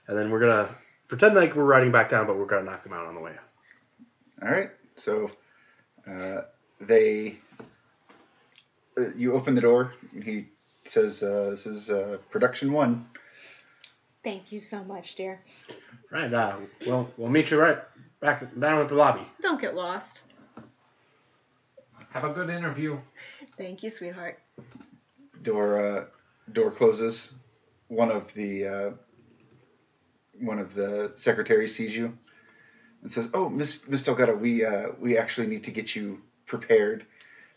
and then we're gonna pretend like we're riding back down, but we're gonna knock him out on the way. All right. So uh, they uh, you open the door. And he says, uh, "This is uh, production one." Thank you so much, dear. Right. Uh, we'll we'll meet you right back down at the lobby. Don't get lost. have a good interview. Thank you, sweetheart. Door uh, door closes. One of the uh, one of the secretaries sees you and says, "Oh, Miss Miss Delgado, we uh, we actually need to get you prepared.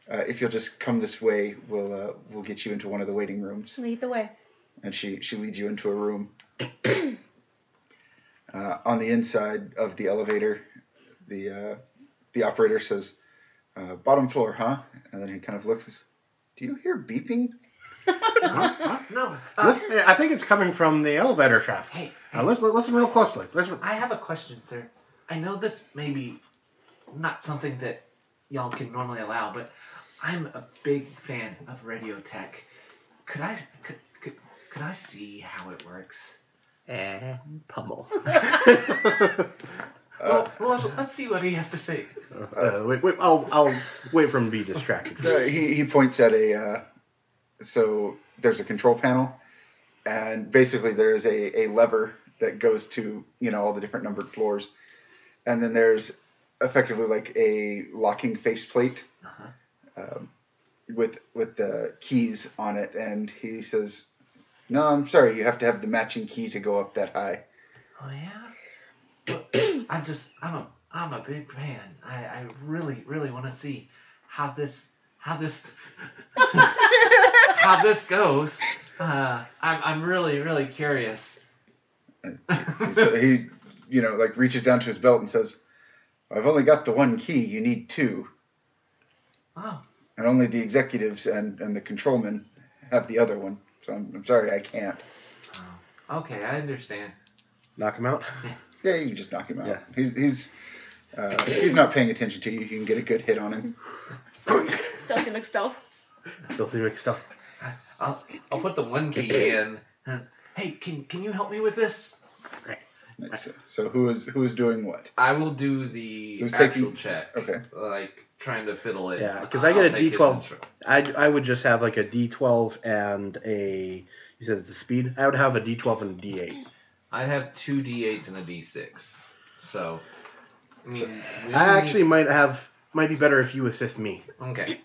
Uh, if you'll just come this way, we'll uh, we'll get you into one of the waiting rooms." Lead the [LAUGHS] way. and she she leads you into a room. [CLEARS THROAT] uh, on the inside of the elevator, the uh, the operator says, uh, "Bottom floor, huh?" And then he kind of looks. Do you hear beeping? No. Uh, Listen, I think it's coming from the elevator shaft. hey, Now, listen, listen real closely. Listen. I have a question, sir. I know this may be not something that y'all can normally allow, but I'm a big fan of radio tech. Could I could, could, could I see how it works? And [LAUGHS] pummel. [LAUGHS] Uh, well, well, let's see what he has to say. Uh, wait, wait, I'll, I'll wait for him to be distracted. uh, he he points at a. Uh, so there's a control panel, and basically there's a a lever that goes to you know all the different numbered floors, and then there's effectively like a locking faceplate Uh-huh. um, with with the keys on it, and he says, "No, I'm sorry, you have to have the matching key to go up that high." Oh yeah. Well, I just I'm a I'm a big fan. I, I really really want to see how this how this how this goes. Uh, I'm I'm really really [LAUGHS] curious. Oh, And so he, you know, like reaches down to his belt and says, "I've only got the one key. You need two. oh and only the executives and, and the controlmen have the other one. So I'm, I'm sorry, I can't. Okay, I understand. [LAUGHS] Knock him out. Yeah, you can just knock him out. Yeah. He's he's uh, he's not paying attention to you. You can get a good hit on him. Stealthy McStealth. Filthy Rick stuff. I'll, I'll put the one key in. Hey, can can you help me with this? So, so who is who is doing what? I will do the Who's actual taking- check. Okay. Like trying to fiddle it. Yeah, 'cause I get a take his D12. intro. I, I would just have like a D12 and a. You said it's a speed? I would have a D12 and a D8. I'd have two D8s and a D6. So, I mean, we I only- actually might have. Might be better if you assist me. okay.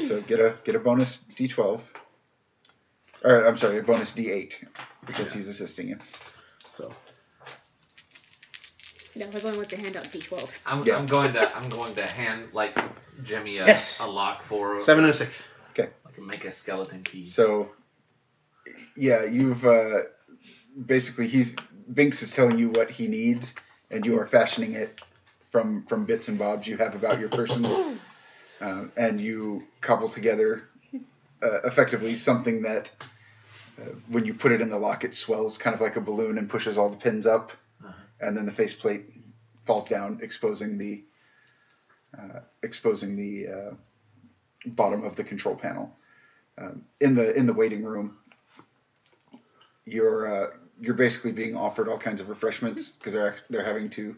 So get a get a bonus D12. Or I'm sorry, a bonus D8 because he's assisting you. So [CLEARS THROAT] No, everyone wants to hand out D12. I'm, Yeah. I'm going to I'm going to hand like Jimmy a, Yes. a lock for seven and a six. like make a skeleton key. So yeah, you've uh, basically he's Binks is telling you what he needs, and you are fashioning it from from bits and bobs you have about your person, um, and you cobble together uh, effectively something that. Uh, when you put it in the lock, it swells kind of like a balloon and pushes all the pins up, Uh-huh. and then the faceplate falls down, exposing the uh, exposing the uh, bottom of the control panel um, in the in the waiting room. You're uh, you're basically being offered all kinds of refreshments Mm-hmm. because they're act- they're having to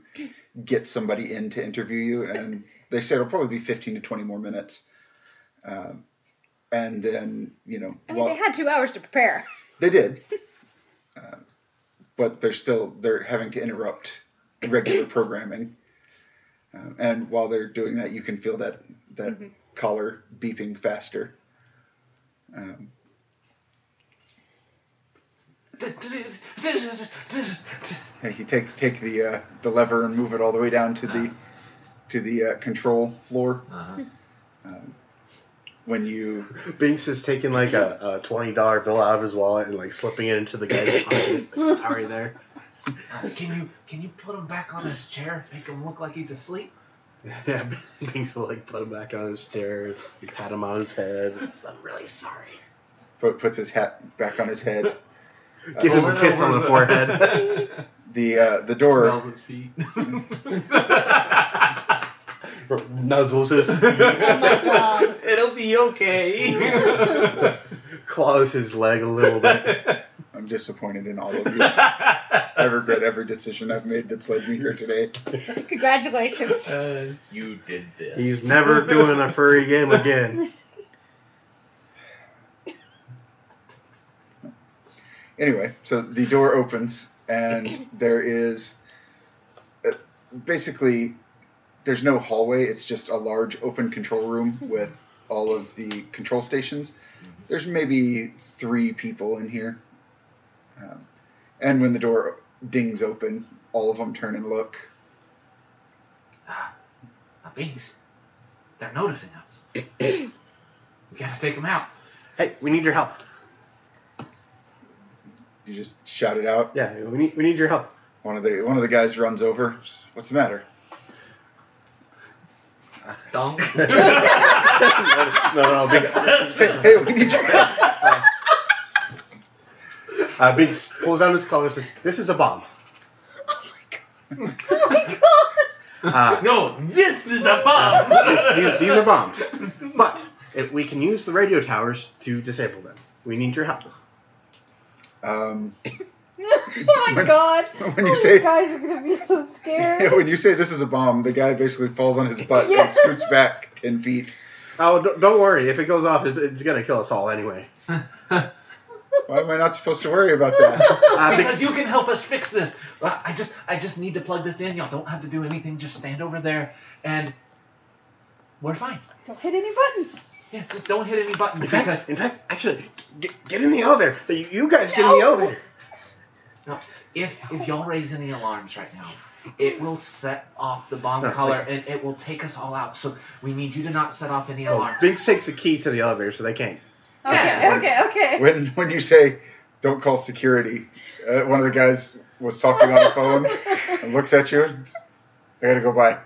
get somebody in to interview you, and they said it'll probably be 15 to 20 more minutes. Um, and then you know, I mean, they had two hours to prepare. they did, uh, but they're still they're having to interrupt regular programming. Um, and while they're doing that, you can feel that that collar beeping faster. Um, Uh-huh. hey, you take take the uh, the lever and move it all the way down to the to the uh, control floor. Uh-huh. Um, when you Binks is taking like a, a twenty dollar bill out of his wallet and like slipping it into the guy's pocket. Like, sorry there. [LAUGHS] Uh, can you can you put him back on his chair? Make him look like he's asleep. Yeah, Binks will like put him back on his chair, and pat him on his head. [LAUGHS] I'm really sorry. put, puts his hat back on his head, [LAUGHS] Uh, Give him a Over kiss and on over the forehead. the uh, the door [LAUGHS] Smells [LAUGHS] his feet. Nuzzles his God. It'll be okay. [LAUGHS] claws his leg a little bit. [LAUGHS] I'm disappointed in all of you. I regret every decision I've made that's led me here today. Congratulations. Uh, you did this. He's never doing a furry game again. Anyway, so the door opens, and there is uh, basically there's no hallway. It's just a large open control room with all of the control stations. There's maybe three people in here, um, and when the door dings open, all of them turn and look. Ah, uh, beings. They're noticing us. we gotta take them out. Hey, we need your help. You just shout it out. Yeah, we need we need your help. [LAUGHS] One of the one of the guys runs over. What's the matter? [LAUGHS] Dunk. [LAUGHS] no, no, no, Binks. [LAUGHS] Says, hey, we need your help. Uh, Binks pulls down his collar and says, "This is a bomb." oh my [LAUGHS] god. Uh, [LAUGHS] um, no, this is a [LAUGHS] bomb. these, these are bombs. But if we can use the radio towers to disable them. We need your help. Um, oh my god. [LAUGHS] when Oh, you say guys are gonna [LAUGHS] be so yeah, scared. when you say this is a bomb, the guy basically falls on his butt Yeah. and scoots back ten feet. Oh, don't, don't worry. If it goes off, it's, it's going to kill us all anyway. Why am I not supposed to worry about [LAUGHS] that? Uh, because Binks, you can help us fix this. Uh, I just, I just need to plug this in. Y'all don't have to do anything. Just stand over there, and we're fine. Don't hit any buttons. Yeah, just don't hit any buttons in, fact, because in fact, actually, get, get in the elevator. You, you guys get in the No. elevator. no, if if y'all raise any alarms right now, it will set off the bomb No, collar and it will take us all out. So we need you to not set off any Oh, alarms. Binks takes the key to the elevator, so they can't. Okay, okay, okay. when when you say don't call security, uh, one of the guys was talking on the phone and looks at you. and s- [LAUGHS] I gotta go by.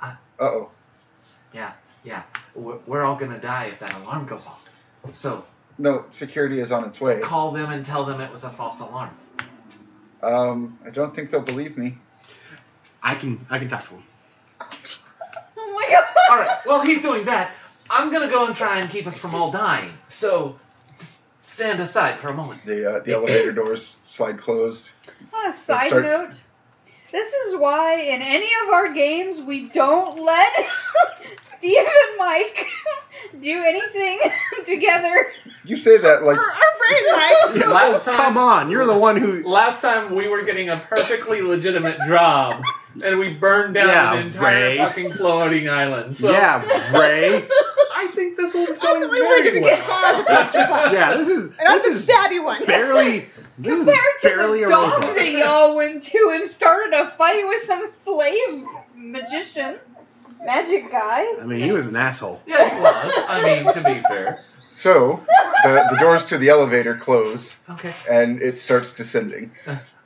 Uh oh. Yeah, Yeah, we're, we're all gonna die if that alarm goes off. So No, security is on its way. call them and tell them it was a false alarm. Um, I don't think they'll believe me. I can I can talk to him. Oh my god. All right. Well, he's doing that. I'm gonna go and try and keep us from all dying. So just stand aside for a moment. The uh, the elevator doors slide closed. On a side starts- note, this is why in any of our games we don't let [LAUGHS] Steve and Mike [LAUGHS] do anything [LAUGHS] together. You say that like Last time- Oh, come on, you're the one who. Last time we were getting a perfectly legitimate job, and we burned down Yeah, an entire Ray. fucking floating island. So Yeah, Ray. [LAUGHS] I think this one's going believe we're very gonna well. get half the extra [LAUGHS] bucks. Yeah, this is And this I'm the is stabby one. barely [LAUGHS] this is Compared to barely the a dog robot. that y'all went to and started a fight with some slave magician, magic guy. I mean, he was an asshole. Yeah, it was. I mean, to be fair. so. [LAUGHS] The, the doors to the elevator close Okay. and it starts descending.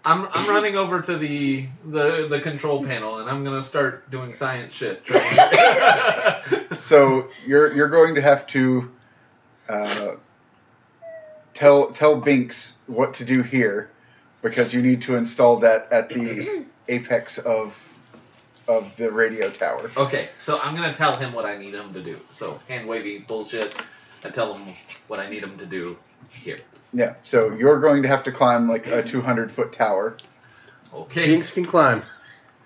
I'm, I'm running over to the, the the control panel and I'm gonna start doing [LAUGHS] science shit. [LAUGHS] trying- So you're you're going to have to uh, tell tell Binks what to do here because you need to install that at the apex of of the radio tower. okay, so I'm gonna tell him what I need him to do. So hand wavy bullshit. I tell him what I need him to do here. Yeah. So you're going to have to climb like a 200 foot tower, Okay. Binks can climb.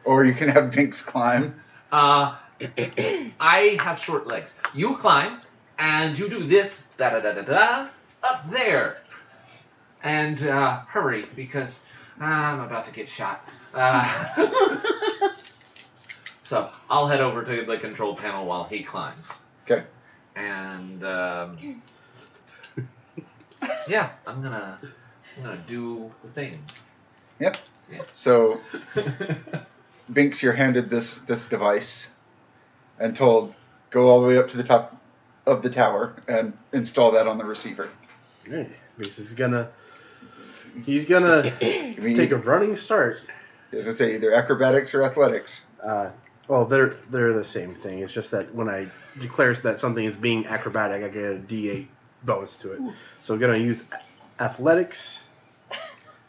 or you can have Binks climb. Uh, I have short legs. You climb, and you do this da da da da da up there, and uh, hurry because I'm about to get shot. Uh, [LAUGHS] so I'll head over to the control panel while he climbs. 'Kay. And um, [LAUGHS] yeah, I'm gonna I'm gonna do the thing. So Binks, you're handed this this device and told go all the way up to the top of the tower and install that on the receiver. Alright, Binks is gonna he's gonna You mean, take a running start. as I say, either acrobatics or athletics. Uh, well, they're they're the same thing. It's just that when I declare that something is being acrobatic, I get a D8 bonus to it. So I'm gonna use a- athletics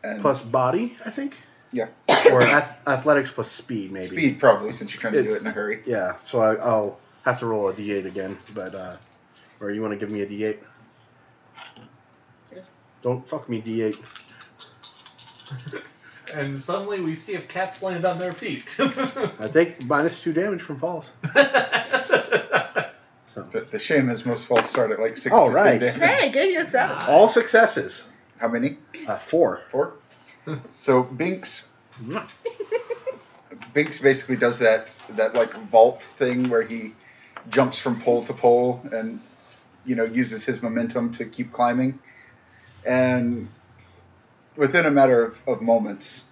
And plus body, I think. Yeah. Or ath- athletics plus speed, maybe. speed, probably, since you're trying to do It's- it in a hurry. Yeah, so I, I'll have to roll a d8 again, but uh, or you want to give me a d8? Don't fuck me, d8. And suddenly we see if cats land on their feet. [LAUGHS] I take minus two damage from falls. Uh, So But the shame is most falls start at like six. All to Oh, right. 10 damage. Hey, good yourself. all successes. How many? Uh, four. Four. so Binks, Binks basically does that that like vault thing where he jumps from pole to pole and you know uses his momentum to keep climbing, and within a matter of, of moments,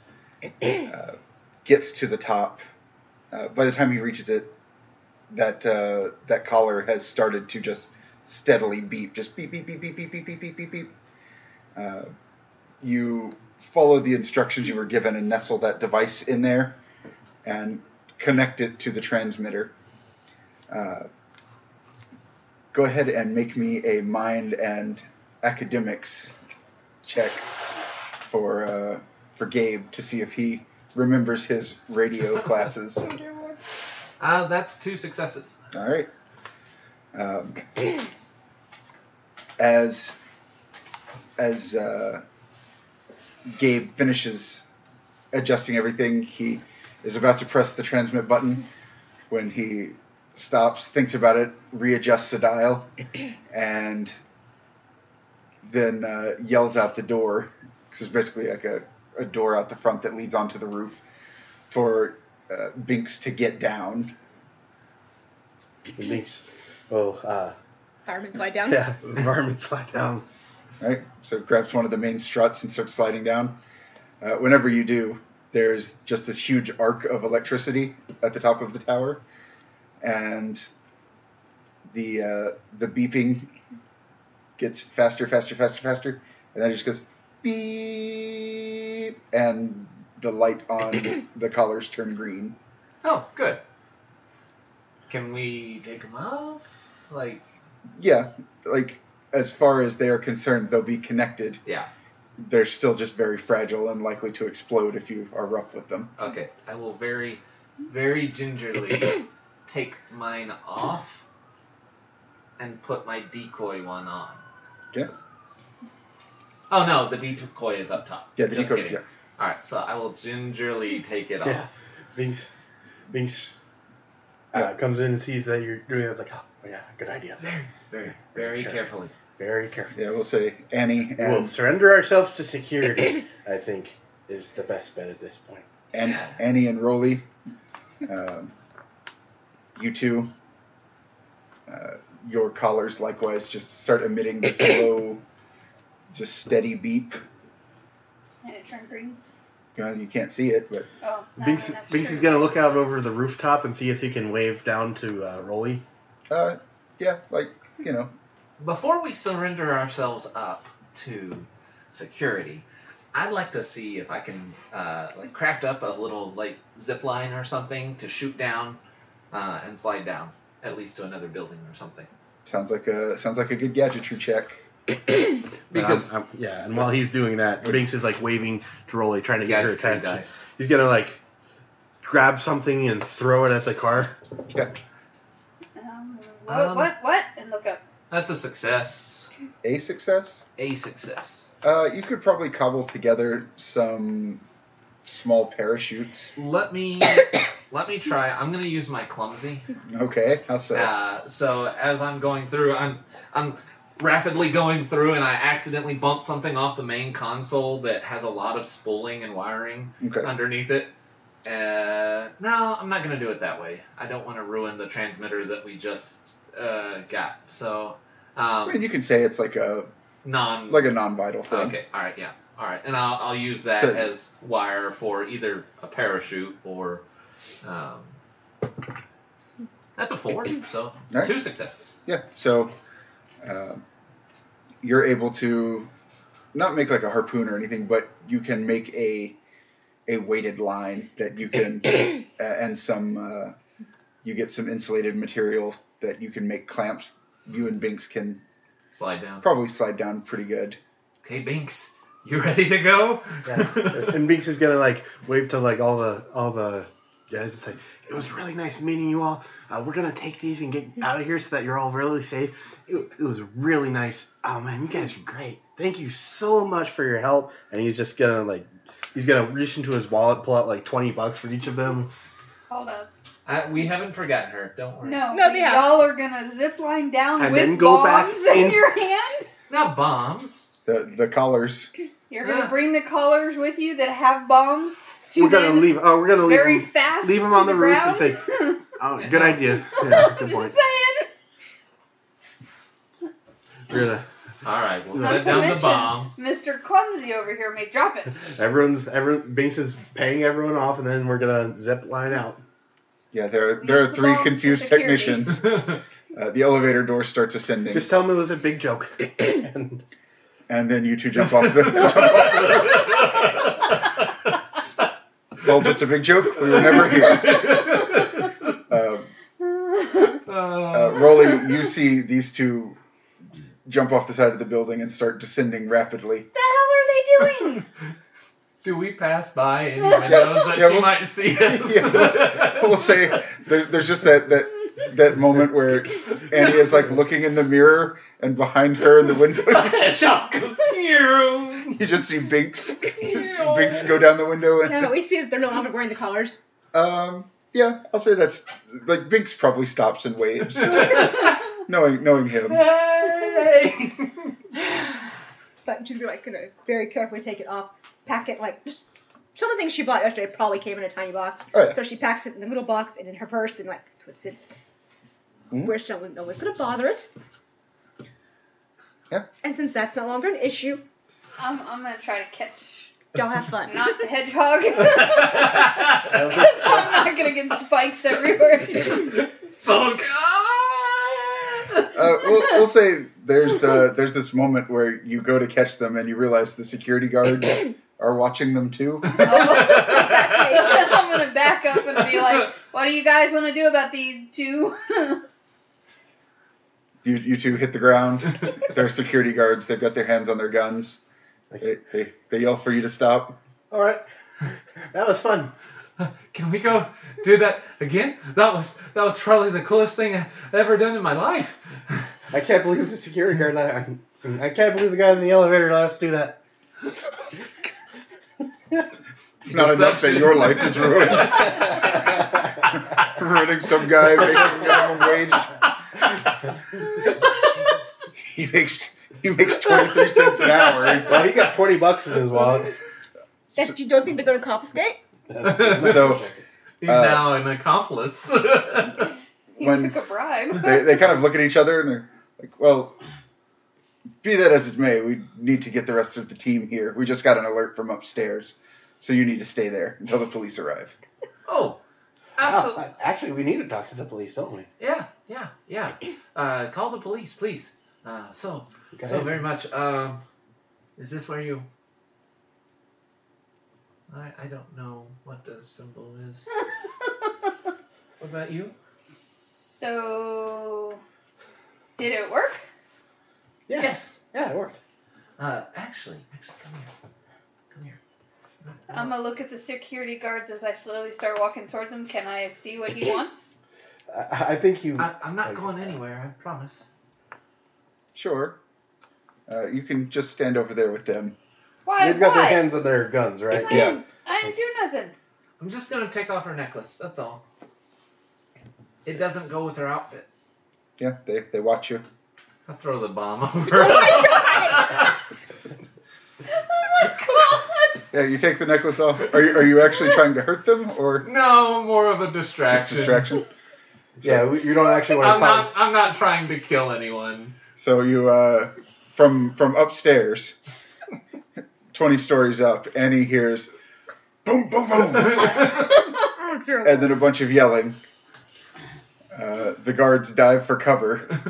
uh, gets to the top. Uh, by the time he reaches it, that uh, that collar has started to just steadily beep, just beep beep beep beep beep beep beep beep beep. beep. Uh, you follow the instructions you were given and nestle that device in there and connect it to the transmitter. Uh, go ahead and make me a mind and academics check for uh, for Gabe to see if he remembers his radio classes. Uh, that's two successes. All right. Um, as as uh, Gabe finishes adjusting everything, he is about to press the transmit button when he stops, thinks about it, readjusts the dial, and then uh, yells out the door because it's basically like a, a door out the front that leads onto the roof for uh, Binks to get down. Binks. Oh, uh, Fireman slide down. yeah. [LAUGHS] Varmin slide down. right? So it grabs one of the main struts and starts sliding down. Uh, whenever you do, there's just this huge arc of electricity at the top of the tower, and the uh, the beeping gets faster, faster, faster, faster, and then it just goes beep, and the light on the collars turn green. Oh, good. Can we take them off? Like, Yeah, like as far as they are concerned, they'll be connected. Yeah. They're still just very fragile and likely to explode if you are rough with them. okay, I will very, [COUGHS] very gingerly take mine off and put my decoy one on. Okay. Oh no, the decoy is up top. Yeah, the Just decoys. kidding. Yeah. All right, so I will gingerly take it off. Yeah. Being, being uh, comes in and sees that you're doing it. It's like, oh, yeah, good idea. Very, very, very Careful. carefully. Very careful. Yeah, we'll say Annie and We'll surrender ourselves to security, I think, is the best bet at this point. and Yeah. Annie and Rolly, um, you two, uh, your collars likewise just start emitting [COUGHS] this low, just steady beep. And it turned green. You, know, you can't see it, but Oh, no, Binks, that's Binks true. is going to look out over the rooftop and see if he can wave down to uh, Rolly. uh, yeah, like you know, Before we surrender ourselves up to security, I'd like to see if I can uh, like craft up a little like zip line or something to shoot down uh, and slide down at least to another building or something. sounds like a sounds like a good gadgetry check. And Because I'm- I'm- yeah, and while he's doing that, Binks is like waving to Rolly, trying to get her gadgetry attention. dice. He's gonna like grab something and throw it at the car. Um, what, Um, what, what? And look up. That's a success. A success. A success. Uh, you could probably cobble together some small parachutes. [COUGHS] Let me let me try. I'm gonna use my clumsy. Okay, how so? Uh, so as I'm going through, I'm I'm rapidly going through, and I accidentally bump something off the main console that has a lot of spooling and wiring Okay. underneath it. Uh, no, I'm not gonna do it that way. I don't want to ruin the transmitter that we just uh, got. So I mean, um, you can say it's like a non. like a non-vital thing. okay. All right. Yeah. All right. And I'll I'll use that So- as wire for either a parachute or. Um, that's a four, so right. two successes. Yeah. So uh, you're able to not make like a harpoon or anything, but you can make a a weighted line that you can uh, and some uh, you get some insulated material that you can make clamps. You and Binks can Slide down. probably slide down pretty good. Okay, Binks, you [LAUGHS] ready to go? [LAUGHS] [LAUGHS] and Binks is gonna like wave to like all the all the guys and say, "It was really nice meeting you all. Uh, we're gonna take these and get out of here so that you're all really safe. It, it was really nice. Oh man, you guys are great. Thank you so much for your help." And he's just gonna like he's gonna reach into his wallet, pull out like twenty bucks for each of them. Hold up. I, Uh, we haven't forgotten her. Don't worry. No, No, they are. y'all are gonna zip line down And with then go back bombs in in- your hand. Not bombs. The the collars. You're gonna Yeah. bring the collars with you that have bombs to We're gonna then leave. Oh, we're gonna leave. very them. fast. leave 'em to on the roof and [LAUGHS] ground. Hmm. say, Oh, good idea. [LAUGHS] Yeah, good Just point. saying. We're gonna- All right, we'll Not set to down the mention- bombs. Mr. Clumsy over here may drop [LAUGHS] it. [LAUGHS] Everyone's everyone Binks is paying everyone off, and then we're gonna zip line out. Yeah, there there are The three bombs to confused security. technicians. Uh, the elevator door starts ascending, Just tell them it was a [COUGHS] big joke. and and then you two [LAUGHS] jump off the. [LAUGHS] jump off. It's all just a big joke. We were never [LAUGHS] here. Uh, uh, Rolly, you see these two jump off the side of the building and start descending rapidly. the hell are they doing? [LAUGHS] [LAUGHS] Do we pass by any windows that yeah, she we'll- might [LAUGHS] see us? Yeah, We'll say there, there's just that that that moment where Annie is like looking in the mirror, and behind her in the [LAUGHS] window, [LAUGHS] you just see Binks. Binks go down the window and No, no, we see that they're no longer wearing the collars. Um, yeah, I'll say that's like Binks probably stops and waves, knowing knowing [LAUGHS] him. But she's like gonna very carefully take it off, pack it like just some of the things she bought yesterday probably came in a tiny box. Oh, yeah. So she packs it in the little box and in her purse and like puts it Mm-hmm. Mhm. where someone no one's gonna bother it. Yeah. And since that's no longer an issue, I'm, I'm gonna try to catch y'all have [LAUGHS] fun. not the hedgehog. [LAUGHS] 'Cause I'm not gonna get spikes everywhere. [LAUGHS] Thunk. Ah! Uh, we'll, we'll say there's uh, there's this moment where you go to catch them and you realize the security guards are watching them too. [LAUGHS] I'm gonna back up and be like, "What do you guys want to do about these two? [LAUGHS] You, you two hit the ground. They're security guards. They've got their hands on their guns. They, they, they yell for you to stop. All right. That was fun. Can we go do that again? That was that was probably the coolest thing I've ever done in my life. I can't believe the security guard let I can't believe the guy in the elevator let us do [LAUGHS] that. It's not enough that your life is ruined. Ruining some guy making minimum wage. He makes he makes twenty three cents an hour. Well, he got 20 bucks in his wallet. That you don't think they're going to confiscate? [LAUGHS] So You're Uh, [LAUGHS] now an accomplice. [LAUGHS] He When- took a bribe." [LAUGHS] they, they kind of look at each other and they're like, well, be that as it may, we need to get the rest of the team here. We just got an alert from upstairs, so you need to stay there until the police arrive. oh, absolutely. [LAUGHS] Wow, Oh, actually, we need to talk to the police, don't we? Yeah, yeah, yeah. [CLEARS THROAT] Uh, call the police, please. Uh, so, Okay. so very much. Um, is this where you? I I don't know what the symbol is. what about you? So, did it work? Yeah. Yes. yeah, it worked. Uh, actually, actually, come here, come here. Uh, I'm gonna look at the security guards as I slowly start walking towards him. Can I see what he wants? I, I think you. I, I'm not Okay. going anywhere. I promise. Sure. Uh, you can just stand over there with them. Why? they've got why? their hands on their guns, right? I Yeah. didn't, I didn't do nothing. I'm just gonna take off her necklace. That's all. It doesn't go with her outfit. Yeah, they, they watch you. I throw the [LAUGHS] bomb over. Oh my Oh [LAUGHS] Yeah, you take the necklace off. Are you, are you actually trying to hurt them or god! [LAUGHS] no, more of a just distraction. distraction? Yeah, we- you don't actually want I'm to not. cause. I'm not trying to kill anyone. So you uh, from from upstairs, twenty stories up, Annie hears boom, boom, boom. Oh, it's your and then a bunch of yelling. Uh, the guards dive for cover.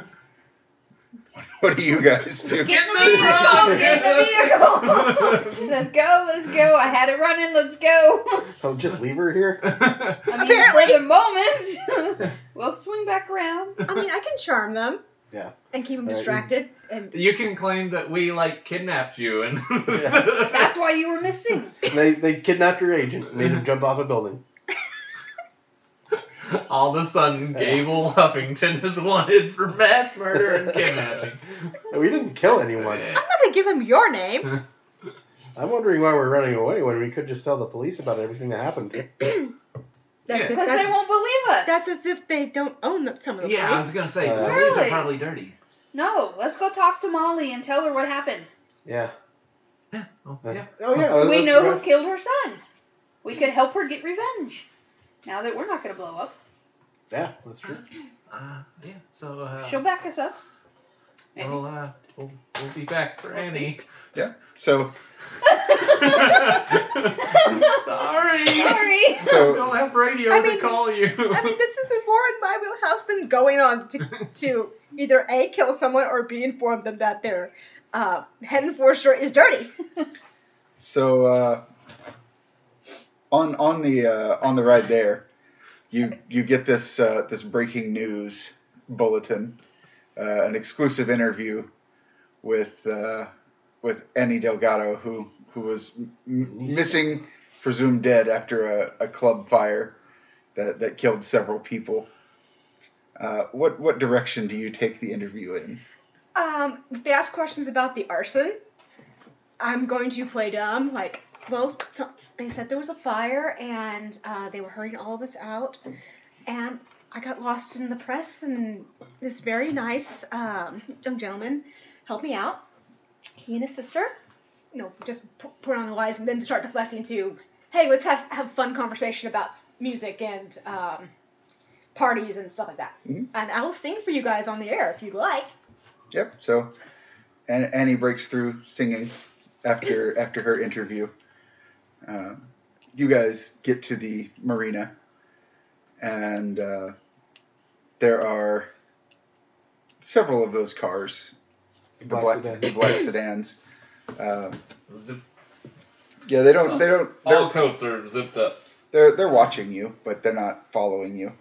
what do you guys do? Get the vehicle! Get the [LAUGHS] vehicle! let's go! Let's go! I had it running. Let's go! I'll Oh, just leave her here. I mean, Apparently. for the moment, [LAUGHS] we'll swing back around. I mean, I can charm them. Yeah. And keep them All right, distracted. And you can claim that we like kidnapped you and. That's why you were missing. They, they kidnapped your agent and made him jump off a building. [LAUGHS] All of a sudden, Gable Huffington is wanted for mass murder [LAUGHS] and kidnapping. And we didn't kill anyone. Yeah. I'm not gonna give them your name. I'm wondering why we're running away when we could just tell the police about everything that happened. That's, if, Because they that's, won't believe us. that's as if they don't own the, some of the Yeah, I place. was gonna say Uh, the police are Really? probably dirty. no, let's go talk to Molly and tell her what happened. Yeah. Oh, Uh, yeah. Oh, yeah. we that's know right. who killed her son. We could help her get revenge. Now that we're not going to blow up, Yeah, that's true. Uh, yeah. So uh, she'll back us up. Maybe. we'll, uh, we'll we'll be back for We'll Annie. So [LAUGHS] Sorry. [LAUGHS] Sorry. [LAUGHS] I so don't have radio I mean- to call you. [LAUGHS] I mean, this is more in my wheelhouse than going on to, to either A, kill someone, or B, inform them that their uh, head enforcer is dirty. so uh, on on the uh, on the ride there, you you get this uh, this breaking news bulletin, uh, an exclusive interview with uh, with Annie Delgado who who was m- missing, presumed dead after a, a club fire that that killed several people. Uh, what what direction do you take the interview in? Um, if they ask questions about the arson, I'm going to play dumb. Like, well, so- they said there was a fire and uh, they were hurrying all of us out, and I got lost in the press. And this very nice um, young gentleman helped me out. He and his sister, you know, just pu- put on the lies and then start deflecting to, hey, let's have have fun conversation about music and um, parties and stuff like that. Mhm. And I'll sing for you guys on the air if you'd like. Yep. So, and Annie breaks through singing after [CLEARS THROAT] after her interview. Uh, you guys get to the marina, and uh, there are several of those cars, the Black black, sedan. the black sedans. Uh, Zip. Yeah, they don't. They don't. They're All coats are zipped up. they're they're watching you, but they're not following you.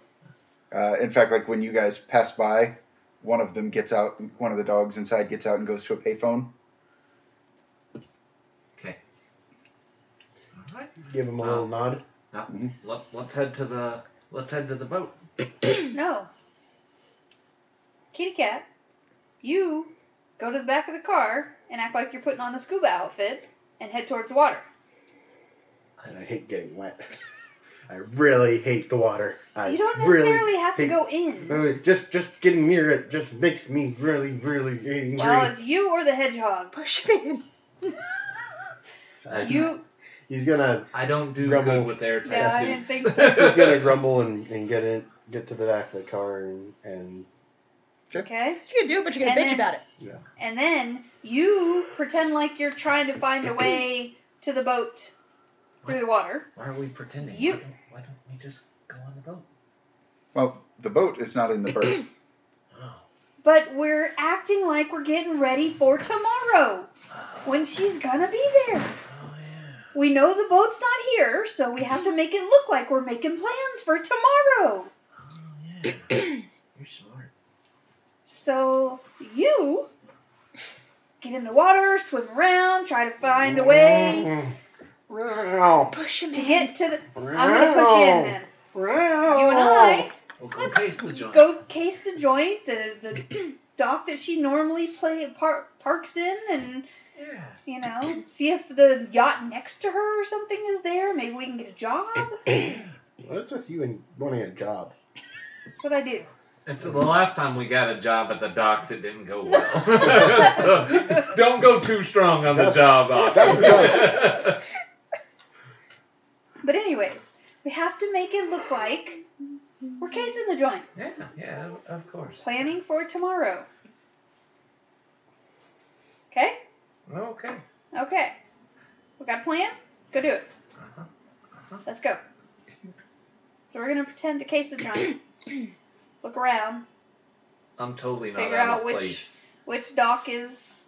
Uh, in fact, like when you guys pass by, one of them gets out. One of the dogs inside gets out and goes to a payphone. All right. Give him a Um, little nod. Let, let's head to the let's head to the [COUGHS] boat. No. Kitty Cat, you go to the back of the car and act like you're putting on the scuba outfit and head towards the water. And I hate getting wet. [LAUGHS] I really hate the water. I You don't really necessarily have to hate- go in. Uh, just just getting near it just makes me really really angry. Well, it's you or the hedgehog. Push me [LAUGHS] in. Uh, You he's gonna I don't do Grumble. good with airtight Yeah, I didn't suits. think he's gonna grumble and, and get in get to the back of the car and, and okay? You can do it, but you're gonna And bitch then- about it. And then you pretend like you're trying to find a way to the boat through the water. [LAUGHS] Why are we pretending? You- Why, don't, why don't we just go on the boat? Well, the boat is not in [CLEARS THROAT] the berth. Oh. But we're acting like we're getting ready for tomorrow when she's gonna be there. Oh yeah. We know the boat's not here, so we have to make it look like we're making plans for tomorrow. Oh yeah. [COUGHS] You're smart. So you get in the water, swim around, try to find a way Push him to in. get to the. I'm gonna push you in then. You and I We'll go Let's taste the joint. go case the joint, the the [CLEARS THROAT] dock that she normally play par- parks in, and Yeah. you [CLEARS THROAT] know see if the yacht next to her or something is there. Maybe we can get a [CLEARS THROAT] job. What's with you and wanting a job? That's what I do. And so the last time we got a job at the docks, it didn't go well. [LAUGHS] so don't go too strong on the That's- job option. that's But anyways, we have to make it look like we're casing the joint, [LAUGHS] yeah, yeah, of- of course. planning for tomorrow. Okay. Okay. Okay. We got a plan? Go do it. Uh-huh. Let's go. So we're gonna pretend to case the [CLEARS THROAT] joint. Look around. I'm totally not Figure out, out of which- place. Which dock is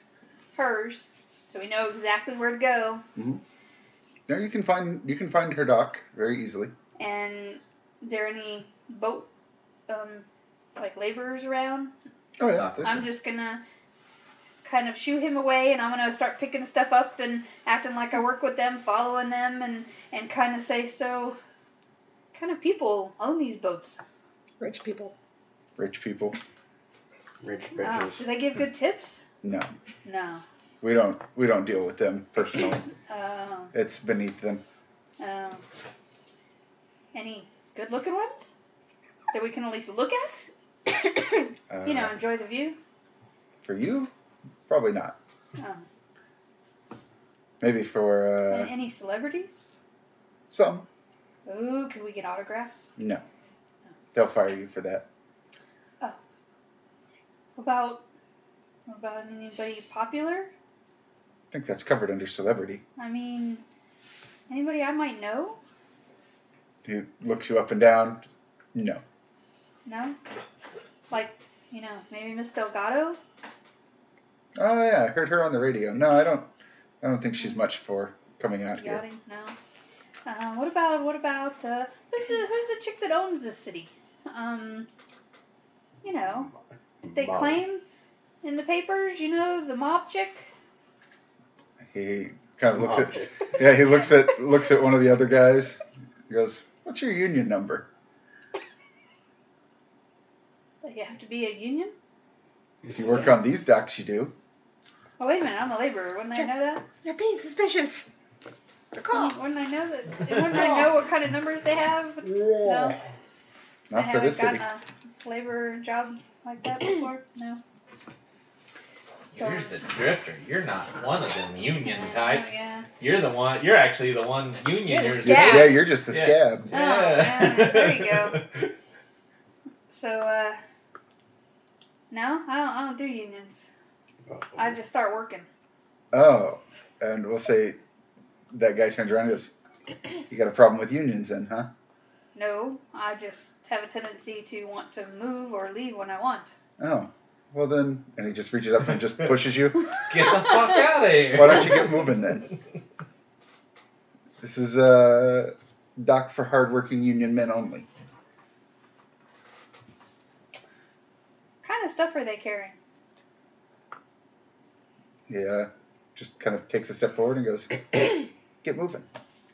hers? So we know exactly where to go. Now you can find you can find her dock very easily. And are there any boat um like laborers around? Oh yeah, Dock. there's- I'm just gonna kind of shoo him away and I'm gonna start picking stuff up and acting like I work with them, following them and, and kinda say so kind of people own these boats. Rich people. [COUGHS] rich people. Rich Oh, bitches. do they give good tips? No, No. we don't we don't deal with them [LAUGHS] personally. Um, it's beneath them. um, any good looking ones that we can at least look at? Uh, You know, enjoy the view. for you, probably not. Um, Maybe for [LAUGHS] uh, and any celebrities? some. Ooh, could we get autographs? No, they'll fire you for that. What About what about anybody popular? I think that's covered under celebrity. I mean, anybody I might know? He looks you up and down. No. No. Like you know, maybe Miss Delgado. Oh yeah, I heard her on the radio. No, I don't. I don't think she's much for coming out here. Yachting? No. Uh, what about what about uh, who's the who's the chick that owns this city? Um, you know, did they Molly. claim in the papers? You know, the mob chick. He kind of looks at. Object. Yeah, he looks at looks at one of the other guys. He goes, "What's your union number?" Like you have to be a union. If you work on these docks, you do. Oh wait a minute, I'm a laborer. Wouldn't I know that? You're being suspicious. Call. [LAUGHS] Wouldn't, wouldn't I [LAUGHS] know that? Wouldn't I know what kind of numbers they have? No, I Not for haven't this gotten city. a labor job like [CLEARS THROAT] that before. No. You're the drifter. You're not one of them union Yeah, types. Yeah. You're the one. You're actually the one union. You're the Yeah, Yeah. yeah, you're just the Yeah. scab. Oh, yeah, there you [LAUGHS] go. So uh, no, I don't, I don't do unions. [LAUGHS] I just start working. Oh, and we'll say that guy turns around and goes, "You got a problem with unions, then, huh?" No, I just have a tendency to want to move or leave when I [LAUGHS] want. Oh, well then, and he just reaches up and just pushes you. Get the fuck out of here. Why don't you get moving then? This is a dock for hardworking union men only. kind of stuff are they carrying? Yeah, uh, just kind of takes a step forward and goes, "Get moving."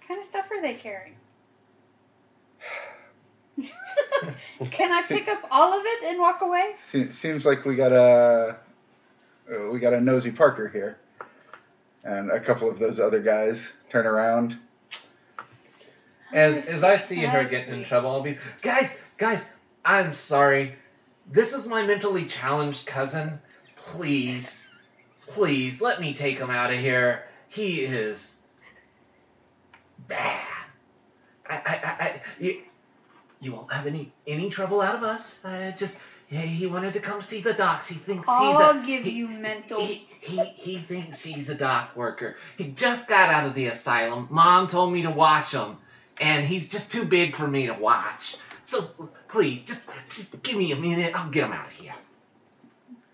kind of stuff are they [LAUGHS] carrying? [LAUGHS] Can I See- pick up all of it and walk away? Se- seems like we got a uh, we got a nosy Parker here, and a couple of those other guys turn around. As as I see her I getting in see. trouble, I'll be guys, guys, I'm sorry. This is my mentally challenged cousin. Please, please let me take him out of here. He is bad. I, I, I, I you, you won't have any any trouble out of us. Uh, just yeah, he wanted to come see the docs. He thinks he's a I'll give he- you mental. he, he, he thinks he's a dock worker. He just got out of the asylum. Mom told me to watch him, and he's just too big for me to watch. So please, just, just give me a minute. I'll get him out of here.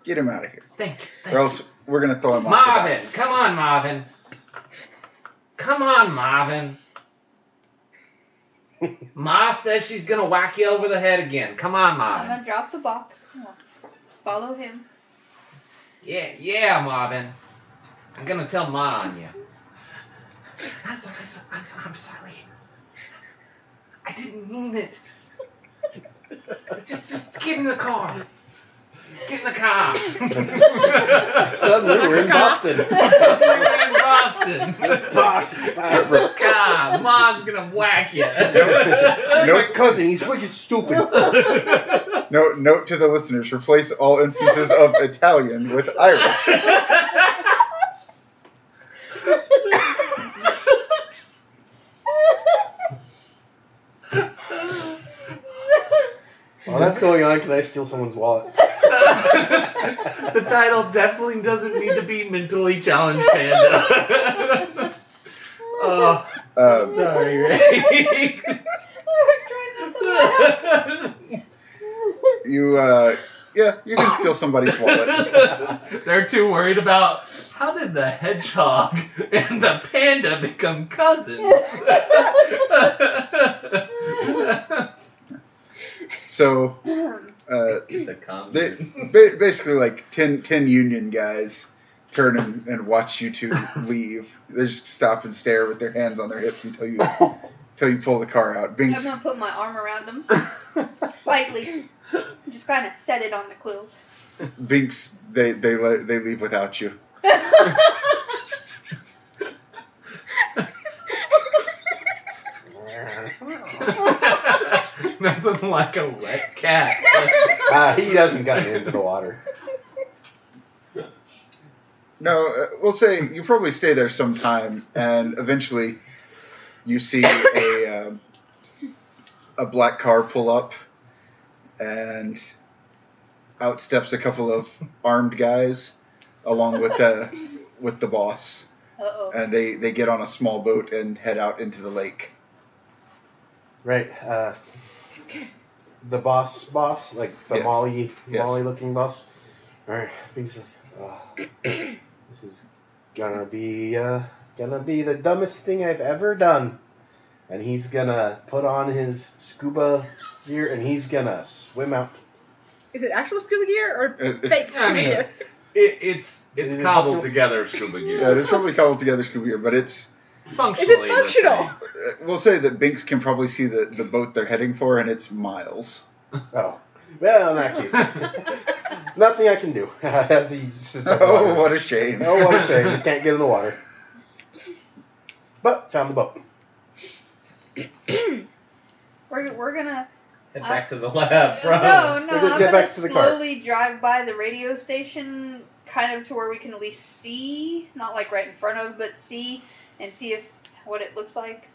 Get him out of here, Thank you. Thank or else we're gonna throw you. him off. the dock. Marvin, come on, Marvin. Come on, [LAUGHS] Marvin. Ma says she's gonna whack you over the head again. Come on, I'm Marvin. gonna drop the box. Come on. Follow him. Yeah, yeah, Marvin. I'm gonna tell Ma on you. I'm sorry. so- I'm, I'm sorry. I didn't mean it. Just, just get in the car. Get in the car. [LAUGHS] Suddenly we're in [LAUGHS] Boston. We're in Boston. Boston. Nope. God, Ma's gonna whack you. [LAUGHS] My cousin, he's wicked [LAUGHS] stupid. Note, note to the listeners: replace all instances of Italian with Irish. [LAUGHS] [LAUGHS] While that's going on, can I steal someone's [LAUGHS] wallet? [LAUGHS] the title definitely doesn't need to be mentally challenged panda. oh, Um, sorry, Ray. [LAUGHS] I was trying not to laugh. you, uh, yeah, you can steal somebody's wallet. They're too worried about how did the hedgehog and the panda become cousins? So uh, it's a comedy. they ba- basically like 10, 10 union guys turn and, and watch you two leave. They just stop and stare with their hands on their hips until you Ah, until you pull the car out. I'm Binks, gonna put my arm around him lightly. Just kind of set it on the quills. [LAUGHS] Binks, they they le- they leave without you. [LAUGHS] Nothing like a wet cat. [LAUGHS] Uh, he hasn't gotten into the water. No, uh, we'll say you probably stay there some time, and eventually, you see a um a black car pull up, and out steps a couple of armed guys, along with the with the boss, Uh oh. and they they get on a small boat and head out into the lake. Right. Uh, the boss, boss, like the Yes. Molly, Yes. Molly looking boss. All right. He's like, "Ugh, this is gonna be, uh, gonna be the dumbest thing I've ever done. And he's gonna put on his scuba gear and he's gonna swim out. Is it actual scuba gear or It, Uh, it's, fake I scuba mean- gear? It, it's it's Is it cobbled functional? together scuba gear. Mm. yeah, it's probably cobbled together Scooby, Doo, but it's Functionally, Is it functional? let's say. uh, we'll say that Binks can probably see the the boat they're heading for, and it's miles. Oh. Well, in that case, nothing I can do. [LAUGHS] As he sits [LAUGHS] up. Oh, what a shame! Oh, what a shame. We can't get in the water. But found the boat. We're, we're gonna. [LAUGHS] Head back to the lab, bro. No, no. We're gonna I'm get gonna back to the car. slowly drive by the radio station, kind of to where we can at least see, not like right in front of, but see and see if what it looks like.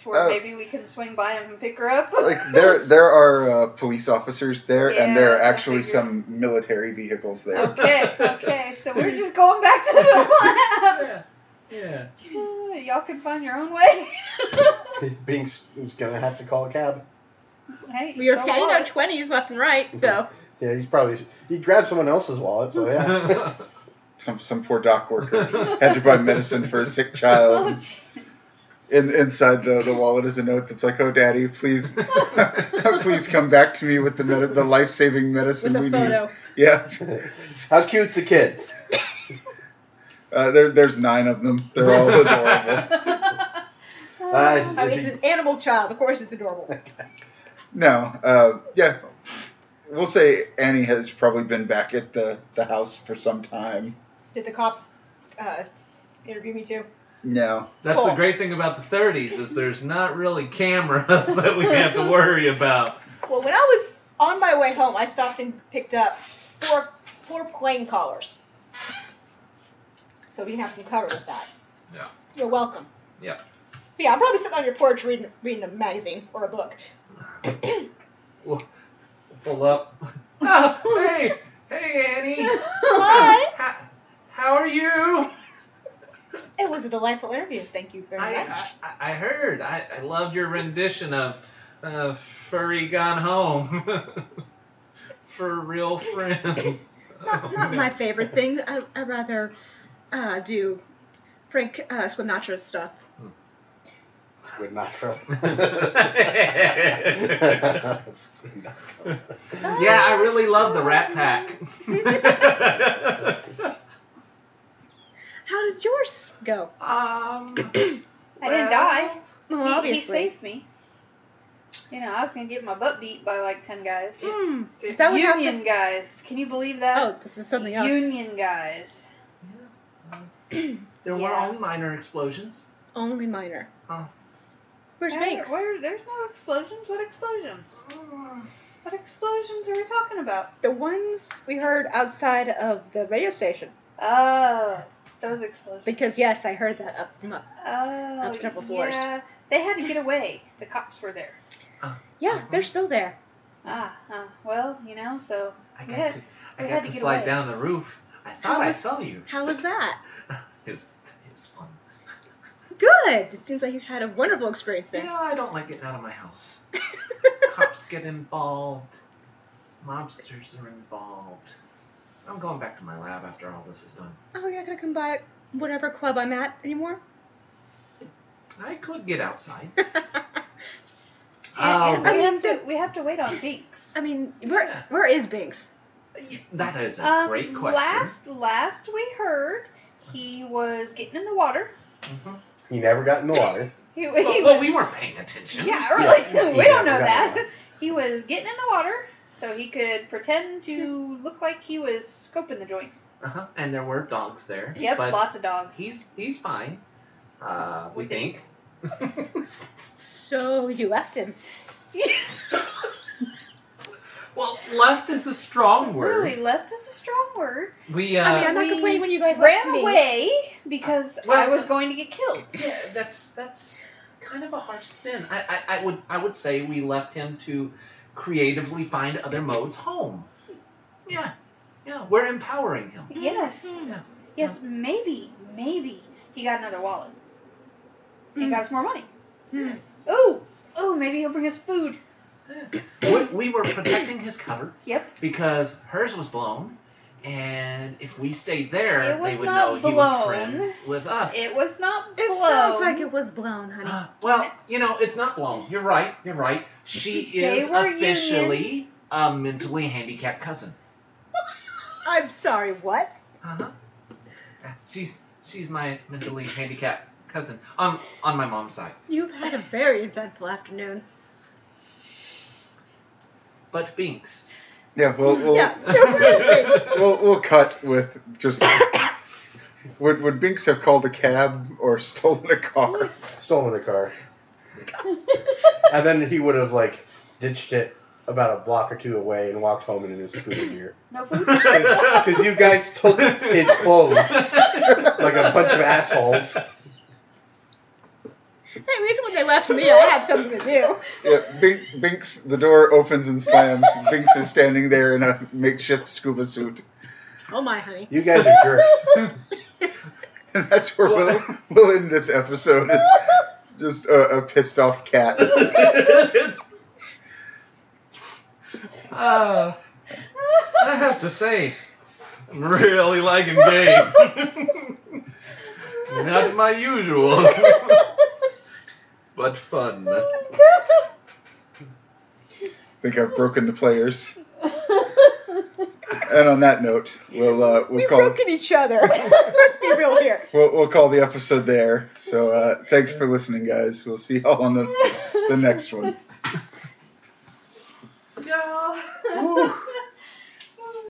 To where Oh. maybe we can swing by him and pick her up. like there there are uh, police officers there and there are Yeah, I actually figured. some military vehicles [LAUGHS] there Okay, okay. So we're just going back to [LAUGHS] the lab. [LAUGHS] [LAUGHS] Yeah. Yeah. Uh, Y'all can find your own way. Binks is going to have to call a cab. hey, We are so counting what? our twenties left and right, so Yeah, he's probably. He grabbed someone else's wallet, so yeah. [LAUGHS] [LAUGHS] some Um, some poor dock worker had to buy medicine for a sick child Oh, in, inside the, the wallet is a note that's like, "Oh, Daddy, please, [LAUGHS] please come back to me with the med- the life saving medicine with a we need." photo. Yeah, How cute's the kid? uh, there, there's nine of them. [LAUGHS] They're all adorable. Uh, I mean, Ah, it's Oh, an animal child. Of course, it's adorable. No, uh, yeah, we'll say Annie has probably been back at the, the house for some time. Did the cops uh, interview me too? No, That's the Cool. great thing about the 30s is there's not really cameras [LAUGHS] that we have to worry about. Well, when I was on my way home, I stopped and picked up four four plane collars. So we can have some cover with that. Yeah. You're welcome. Yeah. Yeah, I'm probably sitting on your porch reading reading a magazine or a [COUGHS] book. Pull up. [LAUGHS] Oh, hey, hey, Annie. Hi. How, how are you? It was a delightful interview. Thank you very I, much. I, I heard. I, I loved your rendition of uh, Furry Gone Home. [LAUGHS] For real friends. Oh, Not, uh, [LAUGHS] not my favorite thing. I, I rather uh, do Frank uh, Swinatra's stuff. [LAUGHS] yeah, Spinatra. I really love the [LAUGHS] Rat Pack. How did yours go? um, I didn't die. Well, He, he saved me. You know, I was gonna get my butt beat by like ten guys. Hmm. Is that what Union happened? guys? Can you believe that? Oh, this is something else. Union guys. There were Yeah. only minor explosions. Only minor. Oh. Where's Where- Banks? where- there's no explosions. What explosions? Mm. What explosions are we talking about? The ones we heard outside of the radio station. Oh, those explosions. Because yes, I heard that up from up. oh, up several floors. yeah. They had to get away. The cops were there. Yeah, Mhm. they're still there. Ah, uh, well, you know, so I We got had- to, we I had got to to get slide away. down the roof. I thought I saw you. How was that? It was, it was fun. Good. It seems like you had a wonderful experience Yeah, there. I don't like getting out of my house. Cops get involved. Mobsters are involved. I'm going back to my lab after all this is done. [LAUGHS] oh, you're not gonna come by whatever club I'm at anymore. [LAUGHS] I could get outside. and- and Um, we have to we have to wait on Binks. I mean, where Yeah. where is Binks? yeah, that is a Um, great question. Last last we heard, he was getting in the water. Mhm. He never got in the water. He, he Well, was, well, we weren't paying attention. yeah, or like, Yeah, [LAUGHS] we don't yeah, know we that. got it. He was getting in the water so he could pretend to look like he was scoping the joint. Uh-huh. And there were dogs there. Yep, but lots of dogs. [LAUGHS] He's he's fine. Uh, we We think. [LAUGHS] think. So you left him. well, left is a strong word. Really, left is a strong word. We uh, I mean, I'm not we complaining when you guys left Ran me. away because Well- I was going to get killed. yeah, that's that's kind of a harsh spin. I, I I would I would say we left him to creatively find other modes home. Yeah, yeah, we're empowering him. Mm-hmm. Yes. Yeah. Yes, maybe, maybe he got another wallet. He Mm. got us more money. Hmm. Oh, oh, maybe he'll bring us food. We, we were protecting his cover Yep. because hers was blown, and if we stayed there, It was they would know not he was blown. friends with us. Uh, It was not It blown. sounds like it was blown, honey. well, you know, it's not blown. You're right. You're right. She They is were officially a mentally handicapped cousin. [LAUGHS] I'm sorry. What? Uh-huh. Yeah, She's she's my mentally handicapped cousin on on my mom's side. You've had a very eventful afternoon. But Binks. yeah, we'll we'll, Mm, Yeah. so where [LAUGHS] is Binks? we'll we'll cut with just. [COUGHS] Would, would Binks have called a cab or [LAUGHS] stolen a car? Stolen a car. and then he would have, like, ditched it about a block or two away and walked home in his scooter gear. no food. [LAUGHS] [LAUGHS] Because you guys took his [LAUGHS] clothes like a bunch of assholes. At least when they left me, I had something to do. Yeah, Bink, Binks, the door opens and slams. Binks is standing there in a makeshift scuba suit. Oh my, honey. You guys are [LAUGHS] jerks. And that's where we'll, we'll end this episode. It's just a, a pissed off cat. uh, I have to say, I'm really liking Dave. Not my usual. but fun. I think I've broken the players. And on that note, we'll uh, we'll We've call broken each [LAUGHS] other. Let's be real here. we'll, we'll call the episode there. So uh, thanks for listening, guys. We'll see y'all on the the next one. No. Woo.